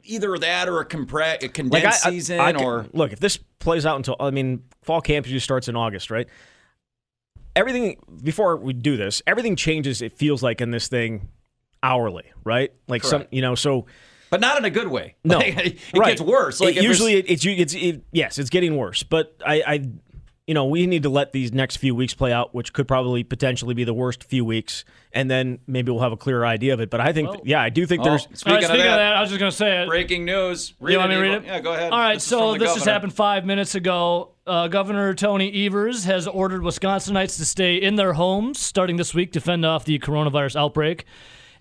S1: Either that or a, compre- a condensed
S9: Like I, I-
S1: season,
S9: I could-
S1: or
S9: look if this plays out until I mean fall camp usually starts in August, right? Everything before we do this, everything changes. It feels like in this thing hourly, right? Like some, you know, so.
S1: but not in a good way.
S9: No,
S1: Like, (laughs) it
S9: right.
S1: gets worse. Like
S9: It
S1: if there's-
S9: usually, it, it's it's it, yes, it's getting worse. But I, I, you know, we need to let these next few weeks play out, which could probably potentially be the worst few weeks, and then maybe we'll have a clearer idea of it. But I think, yeah, I do think
S1: Oh,
S9: there's.
S2: All right,
S1: speaking, of that,
S2: I was just gonna say it.
S1: breaking news. Read
S2: you want me to
S1: Eagle.
S2: read it?
S1: Yeah, go ahead.
S2: All right,
S1: This is
S2: so
S1: from the
S2: this just
S1: governor.
S2: happened five minutes ago. Uh, Governor Tony Evers has ordered Wisconsinites to stay in their homes starting this week to fend off the coronavirus outbreak.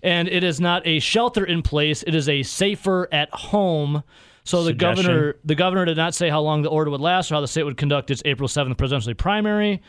S2: And it is not a shelter in place; it is a safer at home. So the
S9: Suggestion.
S2: governor, the governor did not say how long the order would last or how the state would conduct its April seventh presidential primary.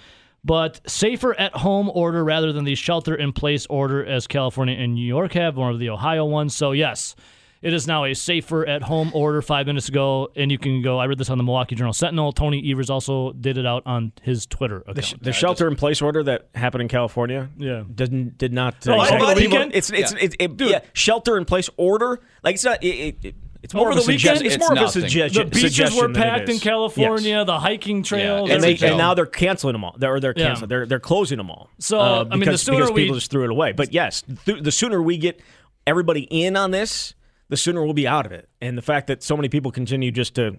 S2: But safer at home order rather than the shelter in place order as California and New York have, one of the Ohio ones. So yes, it is now a safer at home order five minutes ago, and you can go. I read this on the Milwaukee Journal Sentinel. Tony Evers also did it out on his Twitter account.
S9: The, sh- the shelter in place order that happened in California,
S2: Yeah.
S9: didn't did not. uh,
S2: No,
S1: over the
S9: people-
S1: weekend?
S9: it's it's
S1: Yeah.
S9: it, it- oh, yeah, shelter in place order. Like it's not. It, it, it- it's more
S2: Over
S9: of a
S2: the weekend?
S9: suggestion. It's,
S1: It's
S9: more of a
S1: nothing.
S9: suggestion.
S2: the beaches were
S9: suggestion than it
S2: packed in
S9: is.
S2: California.
S9: Yes.
S2: The hiking trails,
S1: Yeah,
S9: And, they,
S1: It's a
S9: and
S1: joke.
S9: now they're canceling them all. They're, or they're
S2: Yeah.
S9: canceling. They're they're closing them all.
S2: So,
S9: uh,
S2: I mean, the
S9: because,
S2: sooner
S9: because
S2: we-
S9: people just threw it away. But yes, th- the sooner we get everybody in on this, the sooner we'll be out of it. And the fact that so many people continue just to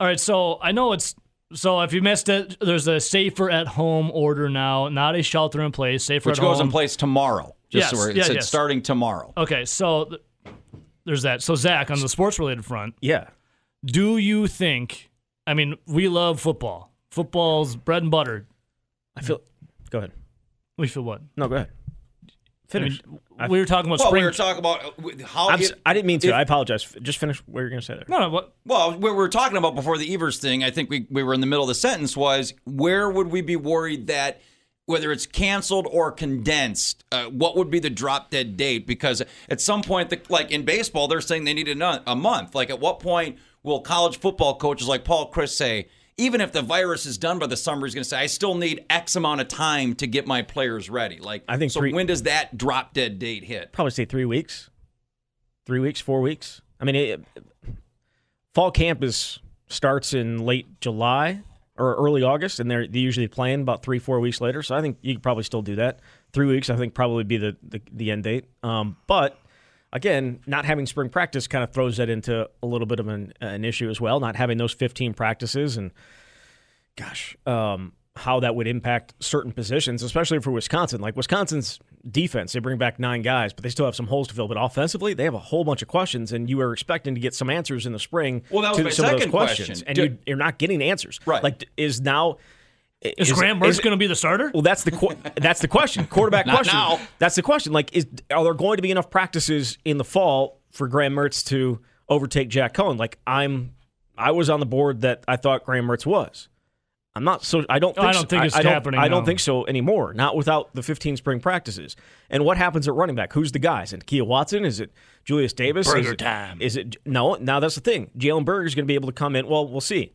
S2: All right, so I know it's so. If you missed it, there's a safer at home order now, not a shelter in place. Safer
S1: which
S2: at
S1: goes
S2: home.
S1: in place tomorrow. Just
S2: Yes,
S1: where it
S2: yeah,
S1: said
S2: yes.
S1: starting tomorrow.
S2: Okay, so th- there's that. So Zach, on the sports related front,
S9: yeah.
S2: do you think? I mean, we love football. Football's bread and butter.
S9: I feel. Go ahead.
S2: We feel what?
S9: No, go ahead.
S2: I mean, we Oh, were talking about
S1: Well,
S2: spring.
S1: we were talking about uh, w- how.
S9: I'm,
S1: it-
S9: s- I didn't mean to.
S1: if-
S9: I apologize. F- Just finish what you're going to say there.
S2: no, no. What,
S1: well, what we were talking about before the Evers thing, I think we, we were in the middle of the sentence was where would we be worried that whether it's canceled or condensed, uh, what would be the drop dead date? Because at some point, the, like in baseball, they're saying they need a, nun- a month. Like at what point will college football coaches like Paul Chris say, even if the virus is done by the summer, he's going to say, I still need X amount of time to get my players ready. Like,
S9: I think
S1: so.
S9: pre-
S1: when does that drop dead date hit?
S9: Probably say three weeks, three weeks, four weeks. I mean, it, fall camp is starts in late July or early August, and they're they usually playing about three, four weeks later. So I think you could probably still do that. Three weeks, I think, probably be the the, the end date. Um, but again, not having spring practice kind of throws that into a little bit of an an issue as well. Not having those fifteen practices and gosh, um, how that would impact certain positions, especially for Wisconsin. Like Wisconsin's defense, they bring back nine guys, but they still have some holes to fill. But offensively, they have a whole bunch of questions, and you are expecting to get some answers in the spring
S1: Well, that was
S9: to
S1: my
S9: some of those
S1: second
S9: questions,
S1: question.
S9: and
S1: Do-
S9: you, you're not getting answers.
S1: Right.
S9: Like, is now
S2: is, Graham Mertz going to be the starter?
S9: well, that's the qu-
S2: (laughs)
S9: that's the question. Quarterback
S1: Not
S9: question.
S1: now.
S9: That's the question. Like, is are there going to be enough practices in the fall for Graham Mertz to overtake Jack Cohen? Like, I'm I was on the board that I thought Graham Mertz was. I'm not so. I don't.
S2: No,
S9: Think
S2: I don't think
S9: so.
S2: it's
S9: I, don't,
S2: happening
S9: I don't
S2: now.
S9: think so anymore. Not without the 15 spring practices. And what happens at running back? Who's the guy? Is it Kia Watson? Is it Julius Davis?
S2: Burger
S9: is it,
S2: time.
S9: Is it no? Now that's the thing. Jalen Berger's going to be able to come in. Well, we'll see.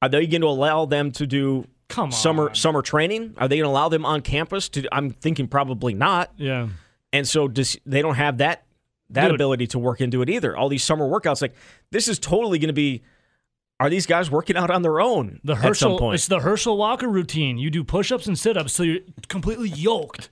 S9: Are they going to allow them to do
S2: Come
S9: summer
S2: on.
S9: summer training? Are they going to allow them on campus? To I'm thinking probably not.
S2: yeah.
S9: And so dis, they don't have that that
S2: Dude.
S9: ability to work into it either. All these summer workouts, like this, is totally going to be are these guys working out on their own
S2: The
S9: at some
S2: Herschel,
S9: point?
S2: it's the Herschel Walker routine. You do push-ups and sit-ups, so you're completely yoked.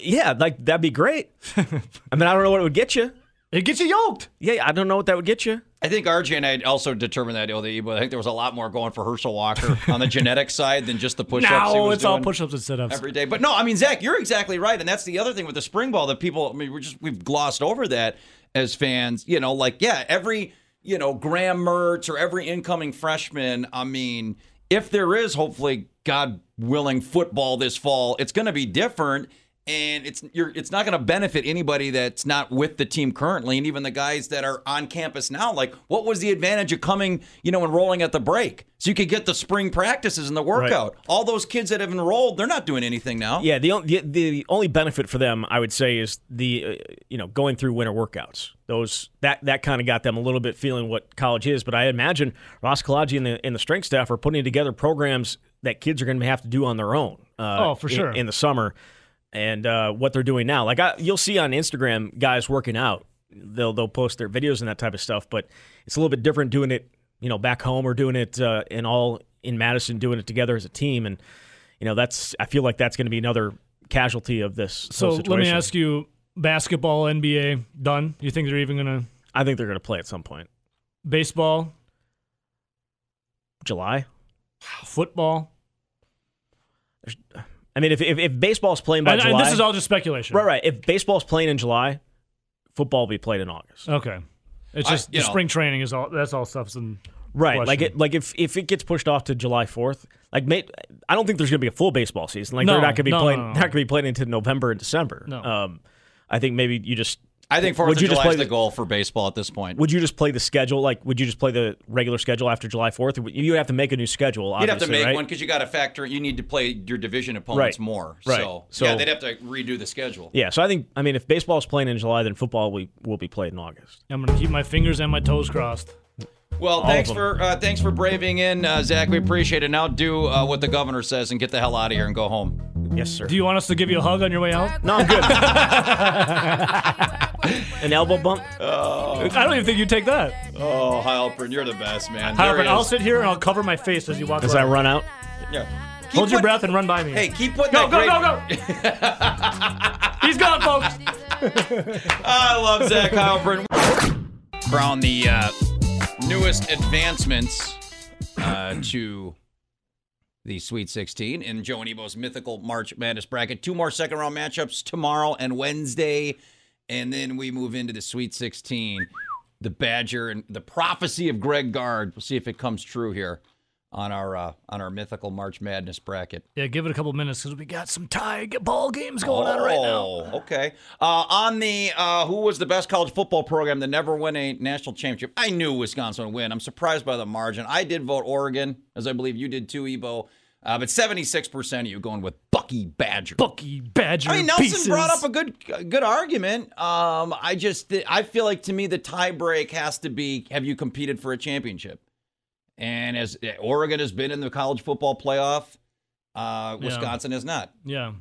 S9: Yeah, like that'd
S2: (laughs)
S9: be great. I mean, I don't know what it would get you.
S2: It gets you yoked.
S9: Yeah, I don't know what that would get you.
S1: I think RJ and I also determined that deal, but I think there was a lot more going for Herschel Walker on the genetic
S2: (laughs)
S1: side than just the push-ups. he
S2: no,
S1: was
S2: it's all
S1: doing.
S2: push-ups and sit-ups.
S1: every day. But no, I mean, Zach, you're exactly right, and that's the other thing with the spring ball that people, I mean, we're just we've glossed over that as fans. You know, like yeah, every you know Graham Mertz or every incoming freshman. I mean, if there is hopefully, God willing, football this fall, it's going to be different. And it's you're it's not going to benefit anybody that's not with the team currently, and even the guys that are on campus now. Like, what was the advantage of coming, you know, enrolling at the break, so you could get the spring practices and the workout? All those kids that have enrolled, they're not doing anything now.
S9: Yeah, the, on- the the only benefit for them, I would say, is the uh, you know going through winter workouts. Those that that kind of got them a little bit feeling what college is. But I imagine Ross Kalaji and the and the strength staff are putting together programs that kids are going to have to do on their own. Uh,
S2: Oh, for
S9: in-
S2: sure.
S9: in the summer, and uh, what they're doing now. Like I, you'll see on Instagram, guys working out. They'll they'll post their videos and that type of stuff. But it's a little bit different doing it, you know, back home or doing it uh, in all in Madison, doing it together as a team. And you know, that's I feel like that's going to be another casualty of this.
S2: So
S9: whole
S2: let me
S9: situation.
S2: ask you: basketball, NBA, done? You think they're even gonna
S9: I think they're going to play at some point.
S2: baseball,
S9: July.
S2: football?
S9: I mean, if if, if baseball's playing by
S2: And, and
S9: July,
S2: this is all just speculation,
S9: right, right. If baseball's playing in July, football will be played in August.
S2: Okay, it's
S1: I-
S2: just
S1: you
S2: the
S1: know.
S2: spring training is all. That's all stuff's in.
S9: Right,
S2: question.
S9: like it, like if if it gets pushed off to July fourth, like may, I don't think there's going to be a full baseball season. Like
S2: No,
S9: they're not going to be
S2: no,
S9: playing,
S2: no, no.
S9: not going to be playing into November and December.
S2: No.
S9: Um, I think maybe you just.
S1: I think Fourth
S9: Would
S1: of
S9: you just
S1: July
S9: play
S1: is the
S9: the-
S1: goal for baseball at this point.
S9: Would you just play the schedule? Like, would you just play the regular schedule after July fourth? You would have to make a new schedule.
S1: You'd have to
S9: obviously,
S1: make
S9: right?
S1: one because you got to factor. You need to play your division opponents
S9: Right.
S1: more.
S9: Right.
S1: So,
S9: So-
S1: yeah, they'd have to redo the schedule.
S9: Yeah, so I think I mean if baseball's playing in July, then football will will be played in August.
S2: I'm gonna keep my fingers and my toes crossed.
S1: Well, thanks
S9: of
S1: for uh, thanks for braving in, uh, Zach. We appreciate it. Now do uh, what the governor says and get the hell out of here and go home.
S9: Yes, sir.
S2: Do you want us to give you a hug on your way out?
S9: no, I'm good. An elbow bump.
S2: I don't even think you take that.
S1: Oh, Halpern, you're the best man. There
S2: However,
S1: he
S2: I'll
S1: is.
S2: sit here and I'll cover my face as you walk.
S9: As
S2: by.
S9: I run out,
S1: Yeah. Keep
S2: Hold your
S1: putting-
S2: breath and run by me.
S1: Hey, keep putting
S2: go,
S1: that
S2: go,
S1: great- (laughs)
S2: go, go, He's gone, folks.
S1: I love Zach Halpern. Brown, the uh, newest advancements uh, to the Sweet 16 in Joe and Ebo's mythical March Madness bracket. Two more second round matchups tomorrow and Wednesday. And then we move into the Sweet 16. The Badger and the prophecy of Greg Gard. We'll see if it comes true here on our uh, on our mythical March Madness bracket.
S2: Yeah, give it a couple minutes because we got some tie ball games going on right now.
S1: Oh, okay. Uh, on the uh, who was the best college football program to never win a national championship? I knew Wisconsin would win. I'm surprised by the margin. I did vote Oregon, as I believe you did too, Ebo. Uh, but 76% of you going with Bucky Badger.
S2: Bucky Badger.
S1: I mean, Nelson
S2: pieces.
S1: brought up a good a good argument. Um, I just th- I feel like to me the tie break has to be have you competed for a championship? And as Oregon has been in the college football playoff, uh, Wisconsin has not.
S2: Yeah.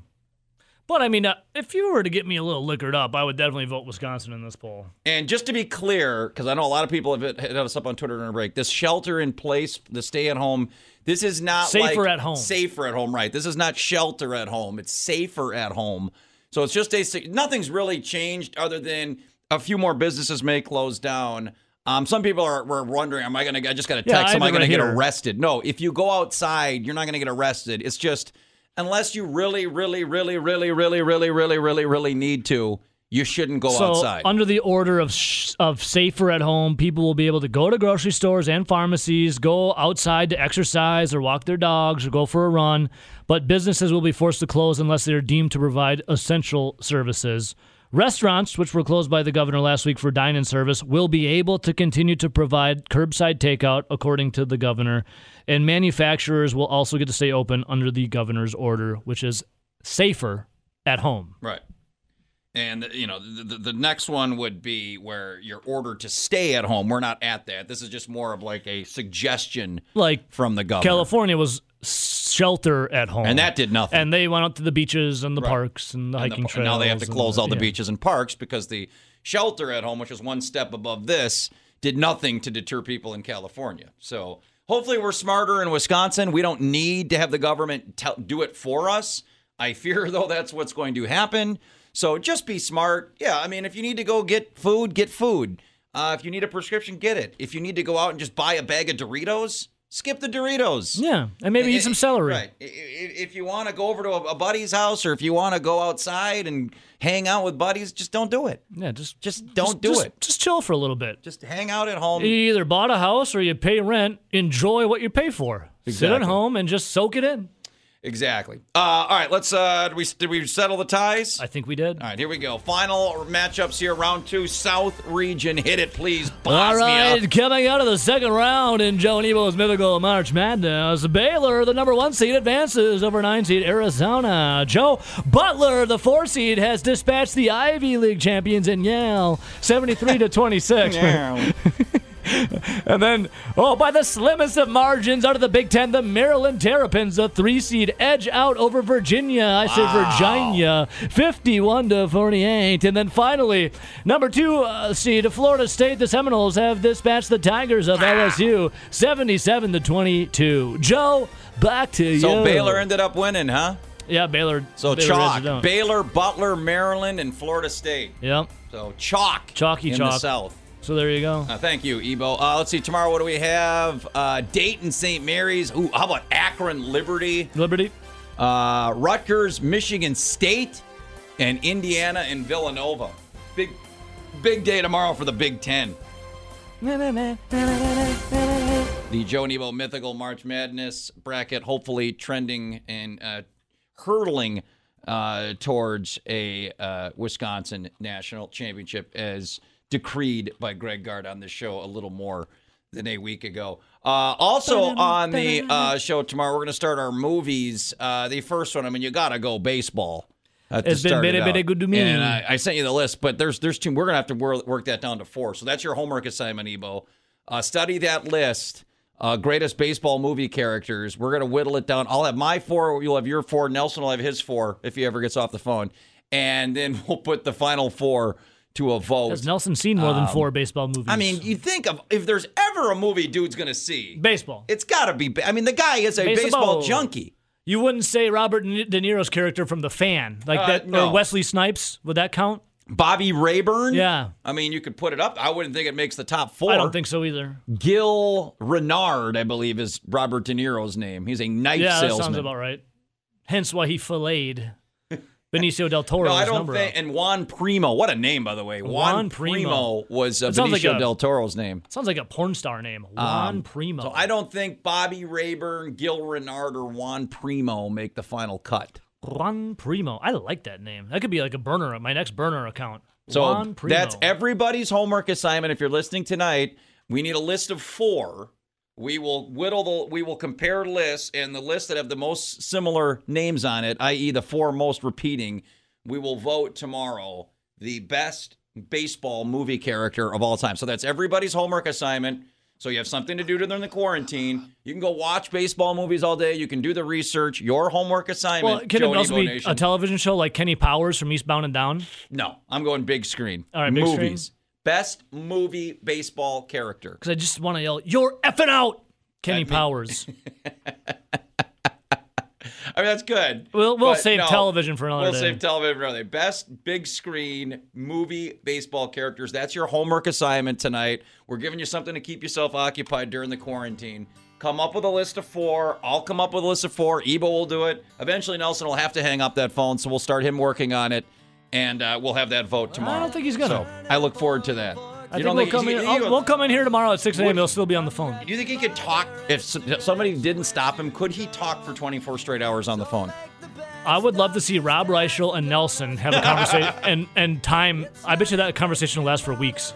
S2: But I mean, uh, if you were to get me a little liquored up, I would definitely vote Wisconsin in this poll.
S1: And just to be clear, because I know a lot of people have hit hit us up on Twitter during break, this shelter in place, the stay at home, this is not
S2: Safer
S1: like-
S2: at home.
S1: Safer at home, right? This is not shelter at home. It's safer at home. So it's just a si- nothing's really changed other than a few more businesses may close down. Um, some people are were wondering, am I gonna? I just got a
S2: Yeah,
S1: text.
S2: I
S1: am I
S2: haven't
S1: gonna
S2: read
S1: get
S2: here.
S1: arrested? No. If you go outside, you're not gonna get arrested. It's just unless you really, really, really, really, really, really, really, really, really need to, you shouldn't go
S2: so
S1: outside.
S2: under the order of sh- of safer at home, people will be able to go to grocery stores and pharmacies, go outside to exercise or walk their dogs or go for a run, but businesses will be forced to close unless they are deemed to provide essential services. Restaurants, which were closed by the governor last week for dine-in service, will be able to continue to provide curbside takeout, according to the governor. And manufacturers will also get to stay open under the governor's order, which is safer at home.
S1: Right. And you know the, the the next one would be where you're ordered to stay at home. We're not at that. This is just more of like a suggestion
S2: Like
S1: from the governor.
S2: California was shelter at home,
S1: And that did nothing.
S2: And they went out to the beaches and the parks and the
S1: And the-
S2: hiking
S1: and
S2: trails.
S1: now they have to
S2: and
S1: close all the
S2: yeah.
S1: beaches and parks because the shelter at home, which is one step above this, did nothing to deter people in California. So hopefully we're smarter in Wisconsin. We don't need to have the government tell, do it for us. I fear, (laughs) though, that's what's going to happen. So just be smart. Yeah, I mean, if you need to go get food, get food. Uh, if you need a prescription, get it. If you need to go out and just buy a bag of Doritos, skip the Doritos.
S2: Yeah, and maybe eat some celery.
S1: Right. I- i- If you want to go over to a a buddy's house or if you want to go outside and hang out with buddies, just don't do it.
S2: Yeah, just
S1: Just don't
S2: just-
S1: do
S2: just-
S1: it.
S2: Just chill for a little bit.
S1: Just hang out at home.
S2: You either bought a house or you pay rent. Enjoy what you pay for. Sit at
S1: Exactly.
S2: home and just soak it in.
S1: Exactly. Uh, all right, let's. Uh, did we did we settle the ties?
S2: I think we did.
S1: All right, here we go. Final matchups here, round two, South Region. Hit it, please,
S2: All
S1: Bosnia.
S2: right, coming out of the second round in Joe Nebo's mythical March Madness, Baylor, the number one seed, advances over nine seed Arizona. Joe Butler, the four seed, has dispatched the Ivy League champions in Yale, seventy-three to twenty-six. And then, oh, by the slimmest of margins out of the Big Ten, the Maryland Terrapins, the three seed, edge out over Virginia. I said Virginia, 51 to 48. And then finally, number two uh, seed, Florida State, the Seminoles have dispatched the Tigers of LSU, 77 to 22. Joe, back to you.
S1: So Baylor ended up winning, huh?
S2: yeah, Baylor.
S1: So
S2: Baylor edges it
S1: chalk.
S2: out.
S1: Baylor, Butler, Maryland, and Florida State.
S2: Yep.
S1: So chalk.
S2: Chalky
S1: in the
S2: chalk.
S1: South.
S2: So there you go.
S1: Uh, thank you, Ebo. Uh, let's see. Tomorrow, what do we have? Uh, Dayton, St. Mary's. Ooh, how about Akron, Liberty?
S2: Liberty.
S1: uh, Rutgers, Michigan State, and Indiana and Villanova. Big, big day tomorrow for the Big Ten. The Joe Nebo Mythical March Madness bracket, hopefully trending and uh, hurtling uh, towards a uh, Wisconsin national championship as decreed by Greg Gard on this show a little more than a week ago. Uh, also on the uh, show tomorrow, we're going to start our movies. Uh, the first one, I mean, you got to go baseball. Uh, to
S2: It's been
S1: start it
S2: very,
S1: out.
S2: very good to me.
S1: And uh, I, I sent you the list, but there's there's two. We're gonna have to wor- work that down to four. So that's your homework assignment, Ebo. Uh, study that list. Uh, greatest baseball movie characters. We're gonna whittle it down. I'll have my four. You'll have your four. Nelson will have his four if he ever gets off the phone, and then (laughs) we'll put the final four to a vote.
S2: Has Nelson seen more than four baseball
S1: Um,
S2: movies?
S1: I mean, you think of if there's ever a movie dude's gonna see,
S2: baseball.
S1: it's gotta be. ba- I mean, the guy is a
S2: Baseball.
S1: baseball junkie.
S2: You wouldn't say Robert De De Niro's character from The Fan, like
S1: Uh,
S2: that,
S1: no.
S2: or Wesley Snipes. Would that count?
S1: Bobby Rayburn.
S2: Yeah.
S1: I mean, you could put it up. I wouldn't think it makes the top four.
S2: I don't think so either.
S1: Gil Renard, I believe, is Robert De Niro's name. He's a knife
S2: yeah, that
S1: salesman.
S2: sounds about right. Hence why
S1: (laughs)
S2: he filleted Benicio del Toro.
S1: no, I
S2: his
S1: don't
S2: number
S1: think.
S2: up.
S1: And Juan Primo, what a name, by the way. Juan,
S2: Juan
S1: Primo.
S2: Primo.
S1: was uh,
S2: That sounds like
S1: Benicio
S2: a-
S1: del Toro's name.
S2: Sounds like a porn star name, Juan Primo.
S1: Um, So I don't think Bobby Rayburn, Gil Renard, or Juan Primo make the final cut.
S2: Juan Primo. I like that name. That could be like a burner, my next burner account.
S1: So
S2: Juan Primo.
S1: that's everybody's homework assignment. If you're listening tonight, we need a list of four. We will whittle the. We will compare lists, and the lists that have the most similar names on it, i.e., the four most repeating, we will vote tomorrow the best baseball movie character of all time. So that's everybody's homework assignment. So you have something to do during the quarantine. You can go watch baseball movies all day. You can do the research. Your homework assignment.
S2: Well, can
S1: Joe
S2: it also
S1: Nebo
S2: be
S1: Nation.
S2: a television show like Kenny Powers from Eastbound and Down?
S1: No, I'm going big screen.
S2: All right, big screen.
S1: movies. Best movie baseball character.
S2: Because I just want to yell, "You're effing out, Kenny Powers."
S1: I mean, that's good.
S2: We'll-
S1: (laughs)
S2: we'll
S1: but
S2: save television for another
S1: We'll
S2: day.
S1: save television for another day. Best big screen movie baseball characters. That's your homework assignment tonight. We're giving you something to keep yourself occupied during the quarantine. Come up with a list of four. I'll come up with a list of four. Ebo will do it. Eventually, Nelson will have to hang up that phone, so we'll start him working on it, and uh, we'll have that vote tomorrow.
S2: think he's gonna.
S1: So, I look forward to that.
S2: I think we'll come in. I'll- we'll come in here tomorrow at six a.m. He'll still be on the phone.
S1: Do you think he could talk if s- somebody didn't stop him? Could he talk for 24 straight hours on the phone?
S2: I would love to see Rob (laughs) Reichel and Nelson have a conversation and and time. I bet you that conversation will last for weeks.